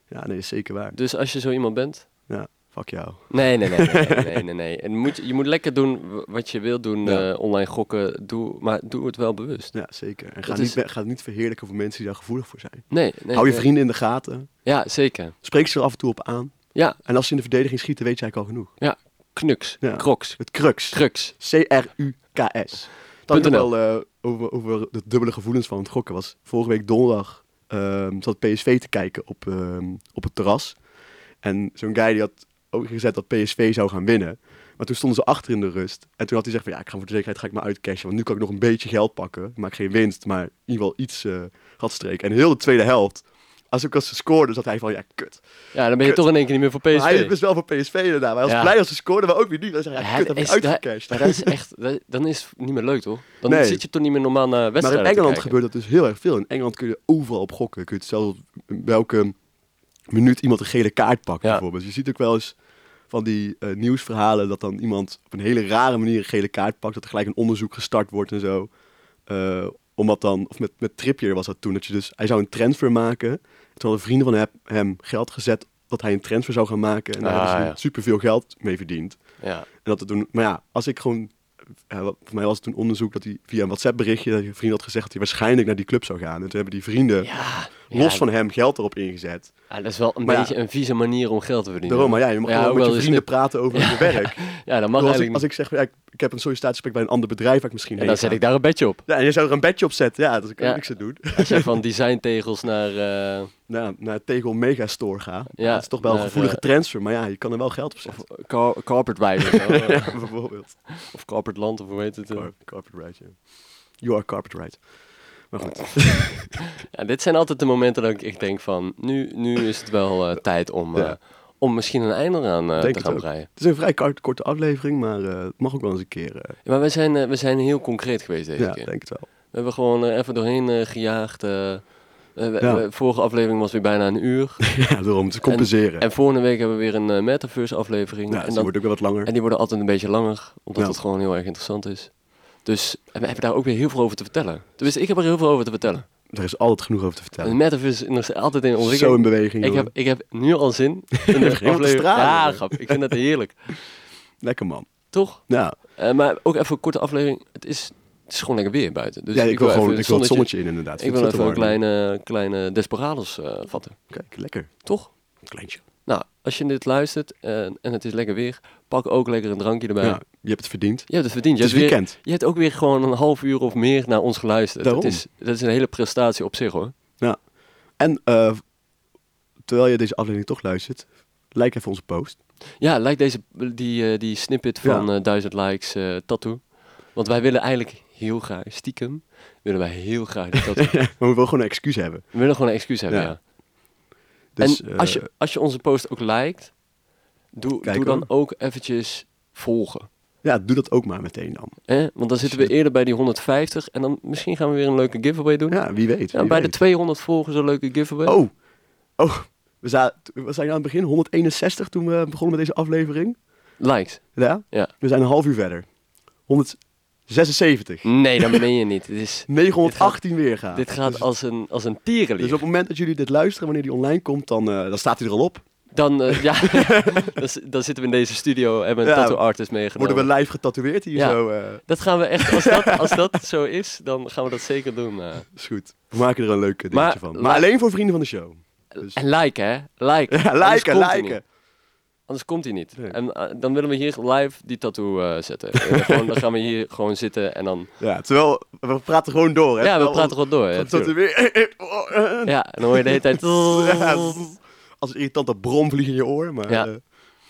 [SPEAKER 2] ja, nee, is zeker waar.
[SPEAKER 1] Dus als je zo iemand bent...
[SPEAKER 2] Ja, fuck jou.
[SPEAKER 1] Nee, nee, nee, nee, nee, nee, nee, nee. En moet, je moet lekker doen w- wat je wilt doen,
[SPEAKER 2] Ja.
[SPEAKER 1] eh, online gokken, doe, maar doe het wel bewust.
[SPEAKER 2] Ja, zeker. En ga,
[SPEAKER 1] Dat
[SPEAKER 2] niet,
[SPEAKER 1] is-
[SPEAKER 2] be- ga het niet verheerlijken voor mensen die daar gevoelig voor zijn.
[SPEAKER 1] Nee, nee.
[SPEAKER 2] Hou je
[SPEAKER 1] nee.
[SPEAKER 2] vrienden in de gaten.
[SPEAKER 1] Ja, zeker.
[SPEAKER 2] Spreek ze er af en toe op aan.
[SPEAKER 1] Ja,
[SPEAKER 2] En als ze in de verdediging schieten, weet je eigenlijk al genoeg.
[SPEAKER 1] knuks,
[SPEAKER 2] Ja.
[SPEAKER 1] kroks,
[SPEAKER 2] Het crux.
[SPEAKER 1] kruks.
[SPEAKER 2] C-R-U-K-S. Dat ik nog
[SPEAKER 1] .nl.
[SPEAKER 2] wel eh, over, over de dubbele gevoelens van het gokken was. Vorige week donderdag ehm, zat PSV te kijken op, ehm, op het terras. En zo'n guy die had ook gezet dat PSV zou gaan winnen. Maar toen stonden ze achter in de rust. En toen had hij gezegd van ja, ik ga voor de zekerheid ga ik maar uitcashen. Want nu kan ik nog een beetje geld pakken. Ik maak geen winst, maar in ieder geval iets eh streek. En heel de tweede helft, als ik als ze scoorde, zat hij van ja, kut.
[SPEAKER 1] Ja, dan ben je
[SPEAKER 2] Kut.
[SPEAKER 1] toch in één keer niet meer voor PSV.
[SPEAKER 2] Maar hij is wel voor PSV inderdaad. Maar hij was
[SPEAKER 1] Ja.
[SPEAKER 2] blij als ze scoorden, maar ook weer niet. Dan zei hij, ja,
[SPEAKER 1] Ja,
[SPEAKER 2] kut,
[SPEAKER 1] dat
[SPEAKER 2] heb ik
[SPEAKER 1] is- dat-
[SPEAKER 2] uitgecashed.
[SPEAKER 1] Maar dat is echt, dat- dan is het niet meer leuk, toch? Dan
[SPEAKER 2] Nee.
[SPEAKER 1] zit je toch niet meer normaal naar
[SPEAKER 2] Maar in
[SPEAKER 1] wedstrijden te
[SPEAKER 2] Engeland
[SPEAKER 1] kijken.
[SPEAKER 2] gebeurt dat dus heel erg veel. In Engeland kun je overal op gokken. Kun je het zelfs in welke minuut iemand een gele kaart pakt,
[SPEAKER 1] Ja.
[SPEAKER 2] bijvoorbeeld. Je ziet ook wel eens van die eh, nieuwsverhalen dat dan iemand op een hele rare manier een gele kaart pakt. Dat er gelijk een onderzoek gestart wordt en zo. Eh, omdat dan, of met, met Trippier was dat toen, dat je dus, hij zou een transfer maken. Toen hadden vrienden van hem, hem geld gezet dat hij een transfer zou gaan maken. En daar
[SPEAKER 1] Ah,
[SPEAKER 2] hebben ze
[SPEAKER 1] ja.
[SPEAKER 2] superveel geld mee verdiend.
[SPEAKER 1] Ja,
[SPEAKER 2] En dat het toen, maar ja, als ik gewoon. ja, wat- voor mij was het toen onderzoek dat hij via een WhatsApp-berichtje. dat een vriend had gezegd dat hij waarschijnlijk naar die club zou gaan. En toen hebben die vrienden,
[SPEAKER 1] ja,
[SPEAKER 2] los
[SPEAKER 1] ja,
[SPEAKER 2] van hem, geld erop ingezet.
[SPEAKER 1] ja, dat is wel een
[SPEAKER 2] Maar ja.
[SPEAKER 1] beetje een vieze manier om geld te verdienen.
[SPEAKER 2] Daarom, maar ja, je mag
[SPEAKER 1] Ja,
[SPEAKER 2] gewoon
[SPEAKER 1] ook
[SPEAKER 2] met
[SPEAKER 1] wel
[SPEAKER 2] je
[SPEAKER 1] eens
[SPEAKER 2] vrienden praten over je werk. Ik
[SPEAKER 1] Ja, dat mag
[SPEAKER 2] bedoel, als,
[SPEAKER 1] eigenlijk
[SPEAKER 2] ik, als
[SPEAKER 1] niet.
[SPEAKER 2] ik zeg, ja, ik, ik heb een sollicitatiegesprek bij een ander bedrijf waar ik misschien
[SPEAKER 1] En
[SPEAKER 2] heen
[SPEAKER 1] dan zet
[SPEAKER 2] ga.
[SPEAKER 1] ik daar een bedje op.
[SPEAKER 2] Ja, en je zou er een bedje op zetten. Ja, dat kan
[SPEAKER 1] Ja.
[SPEAKER 2] ik ze doen.
[SPEAKER 1] Als jij van designtegels naar... eh,
[SPEAKER 2] Nou, naar Tegel Megastore ga.
[SPEAKER 1] Ja,
[SPEAKER 2] dat is toch wel een
[SPEAKER 1] naar,
[SPEAKER 2] gevoelige
[SPEAKER 1] eh,
[SPEAKER 2] transfer. Maar ja, je kan er wel geld op zetten.
[SPEAKER 1] of oh, car- corporate ride of zo, eh,
[SPEAKER 2] Ja, bijvoorbeeld.
[SPEAKER 1] Of corporate land, of hoe heet het? eh.
[SPEAKER 2] Car- Carpet right, ja. You are carpet right. Maar goed.
[SPEAKER 1] Ja, dit zijn altijd de momenten dat ik echt denk van... Nu, nu is het wel eh, tijd om, eh,
[SPEAKER 2] Ja.
[SPEAKER 1] om misschien een einde aan
[SPEAKER 2] Denk
[SPEAKER 1] te
[SPEAKER 2] het
[SPEAKER 1] gaan
[SPEAKER 2] ook.
[SPEAKER 1] breien.
[SPEAKER 2] Het is een vrij kort- korte aflevering, maar eh, het mag ook wel eens een keer. eh,
[SPEAKER 1] Ja, maar we zijn, eh, we zijn heel concreet geweest deze
[SPEAKER 2] ja,
[SPEAKER 1] keer.
[SPEAKER 2] denk het wel.
[SPEAKER 1] We hebben gewoon er even doorheen eh, gejaagd. eh. Eh, we-
[SPEAKER 2] Ja.
[SPEAKER 1] we- vorige aflevering was weer bijna een uur.
[SPEAKER 2] Ja, daarom te compenseren.
[SPEAKER 1] En volgende week hebben we weer een eh, metaverse-aflevering.
[SPEAKER 2] ja, dus
[SPEAKER 1] en,
[SPEAKER 2] het
[SPEAKER 1] dat-
[SPEAKER 2] wordt ook wel wat langer.
[SPEAKER 1] en die worden altijd een beetje langer, omdat
[SPEAKER 2] Ja.
[SPEAKER 1] het gewoon heel erg interessant is. Dus en we hebben daar ook weer heel veel over te vertellen. Dus ik heb er heel veel over te vertellen.
[SPEAKER 2] Er is altijd genoeg over te
[SPEAKER 1] De
[SPEAKER 2] vertellen.
[SPEAKER 1] metaverse is nog altijd in
[SPEAKER 2] Zo
[SPEAKER 1] ontwikkeling.
[SPEAKER 2] in
[SPEAKER 1] ik,
[SPEAKER 2] beweging. jongen.
[SPEAKER 1] heb, ik heb nu al zin in de
[SPEAKER 2] te
[SPEAKER 1] aflevering.
[SPEAKER 2] stralen,
[SPEAKER 1] Ja,
[SPEAKER 2] jongen.
[SPEAKER 1] grap. Ik vind dat heerlijk.
[SPEAKER 2] Lekker man.
[SPEAKER 1] Toch?
[SPEAKER 2] Ja,
[SPEAKER 1] Eh, maar ook even een korte aflevering. Het is, het is gewoon lekker weer buiten. Dus
[SPEAKER 2] ja ik, wil
[SPEAKER 1] even
[SPEAKER 2] gewoon
[SPEAKER 1] een
[SPEAKER 2] ik wil het zonnetje in inderdaad.
[SPEAKER 1] Ik
[SPEAKER 2] Vind
[SPEAKER 1] wil
[SPEAKER 2] het
[SPEAKER 1] even een
[SPEAKER 2] veel te warm.
[SPEAKER 1] kleine, kleine Desperados eh, vatten.
[SPEAKER 2] Kijk, lekker.
[SPEAKER 1] Toch?
[SPEAKER 2] Een kleintje.
[SPEAKER 1] Nou, als je dit luistert eh, en het is lekker weer, pak ook lekker een drankje erbij.
[SPEAKER 2] Ja, je hebt het verdiend.
[SPEAKER 1] Je hebt het verdiend. Je
[SPEAKER 2] Het is
[SPEAKER 1] hebt, weer,
[SPEAKER 2] weekend.
[SPEAKER 1] je hebt ook weer gewoon een half uur of meer naar ons geluisterd. Dat
[SPEAKER 2] Daarom.
[SPEAKER 1] is, dat is een hele prestatie op zich hoor.
[SPEAKER 2] En eh, terwijl je deze aflevering toch luistert, like even onze post.
[SPEAKER 1] Ja, lijkt deze die, eh, die snippet
[SPEAKER 2] Ja.
[SPEAKER 1] van eh, 1000 likes eh, tattoo. Want wij willen eigenlijk heel graag, stiekem, willen wij heel graag die tattoo.
[SPEAKER 2] maar we willen gewoon een excuus hebben.
[SPEAKER 1] We willen gewoon een excuus hebben,
[SPEAKER 2] Ja.
[SPEAKER 1] ja.
[SPEAKER 2] Dus,
[SPEAKER 1] en als,
[SPEAKER 2] eh,
[SPEAKER 1] je, als je onze post ook liked, doe,
[SPEAKER 2] Kijk
[SPEAKER 1] doe dan
[SPEAKER 2] hoor.
[SPEAKER 1] ook eventjes volgen.
[SPEAKER 2] Ja, doe dat ook maar meteen dan.
[SPEAKER 1] Hè? Want dan zitten we eerder bij die 150 en dan misschien gaan we weer een leuke giveaway doen.
[SPEAKER 2] Ja, wie weet.
[SPEAKER 1] Ja,
[SPEAKER 2] wie
[SPEAKER 1] bij de
[SPEAKER 2] weet.
[SPEAKER 1] 200 volgers een leuke giveaway.
[SPEAKER 2] Oh, oh. We zaten, we zijn aan het begin, 161 toen we begonnen met deze aflevering.
[SPEAKER 1] Likes.
[SPEAKER 2] Ja?
[SPEAKER 1] Ja.
[SPEAKER 2] We zijn een half uur verder. 176.
[SPEAKER 1] Nee, dat meen je niet. Dit, is,
[SPEAKER 2] 918 weer gaan.
[SPEAKER 1] Mm. dit gaat
[SPEAKER 2] dus,
[SPEAKER 1] als een, als een
[SPEAKER 2] dus
[SPEAKER 1] tierenlier.
[SPEAKER 2] op het moment dat jullie dit luisteren, wanneer die online komt, dan, eh, dan staat hij er al op.
[SPEAKER 1] Dan, eh, ja, dan, z- dan zitten we in deze studio en hebben een
[SPEAKER 2] Ja,
[SPEAKER 1] tattoo artist meegenomen.
[SPEAKER 2] Worden we live getatoeëerd hier
[SPEAKER 1] Ja.
[SPEAKER 2] zo. eh
[SPEAKER 1] Dat gaan we echt, als dat, als dat zo is, dan gaan we dat zeker doen. eh.
[SPEAKER 2] is goed. We maken er een leuk eh,
[SPEAKER 1] Maar-
[SPEAKER 2] dingetje van.
[SPEAKER 1] la-
[SPEAKER 2] Maar alleen voor vrienden van de show. Dus-
[SPEAKER 1] En liken, hè? Liken.
[SPEAKER 2] Ja,
[SPEAKER 1] Anders
[SPEAKER 2] liken,
[SPEAKER 1] komt hij
[SPEAKER 2] liken.
[SPEAKER 1] niet. Anders komt hij niet.
[SPEAKER 2] Nee.
[SPEAKER 1] En eh, dan willen we hier live die tattoo eh, zetten. Eh, gewoon, dan gaan we hier gewoon zitten en dan...
[SPEAKER 2] Ja, terwijl we praten gewoon door. Hè?
[SPEAKER 1] Ja, we
[SPEAKER 2] Terwijl
[SPEAKER 1] praten gewoon door. Ja, tuurlijk.
[SPEAKER 2] Tatoeëer.
[SPEAKER 1] ja, en dan hoor je de hele tijd...
[SPEAKER 2] Eh, oh, Ja, Als een irritante brom vliegt in je oor, maar
[SPEAKER 1] Ja.
[SPEAKER 2] eh,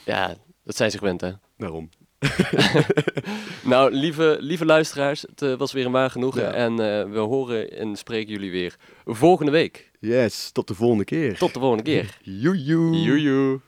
[SPEAKER 1] Ja, dat zijn ze gewend, hè?
[SPEAKER 2] daarom.
[SPEAKER 1] Nou, lieve, lieve luisteraars, het eh, was weer een waar genoegen.
[SPEAKER 2] Ja.
[SPEAKER 1] En eh, we horen en spreken jullie weer volgende week.
[SPEAKER 2] Yes, tot de volgende keer.
[SPEAKER 1] Tot de volgende keer.
[SPEAKER 2] Joejoe.
[SPEAKER 1] Joejoe.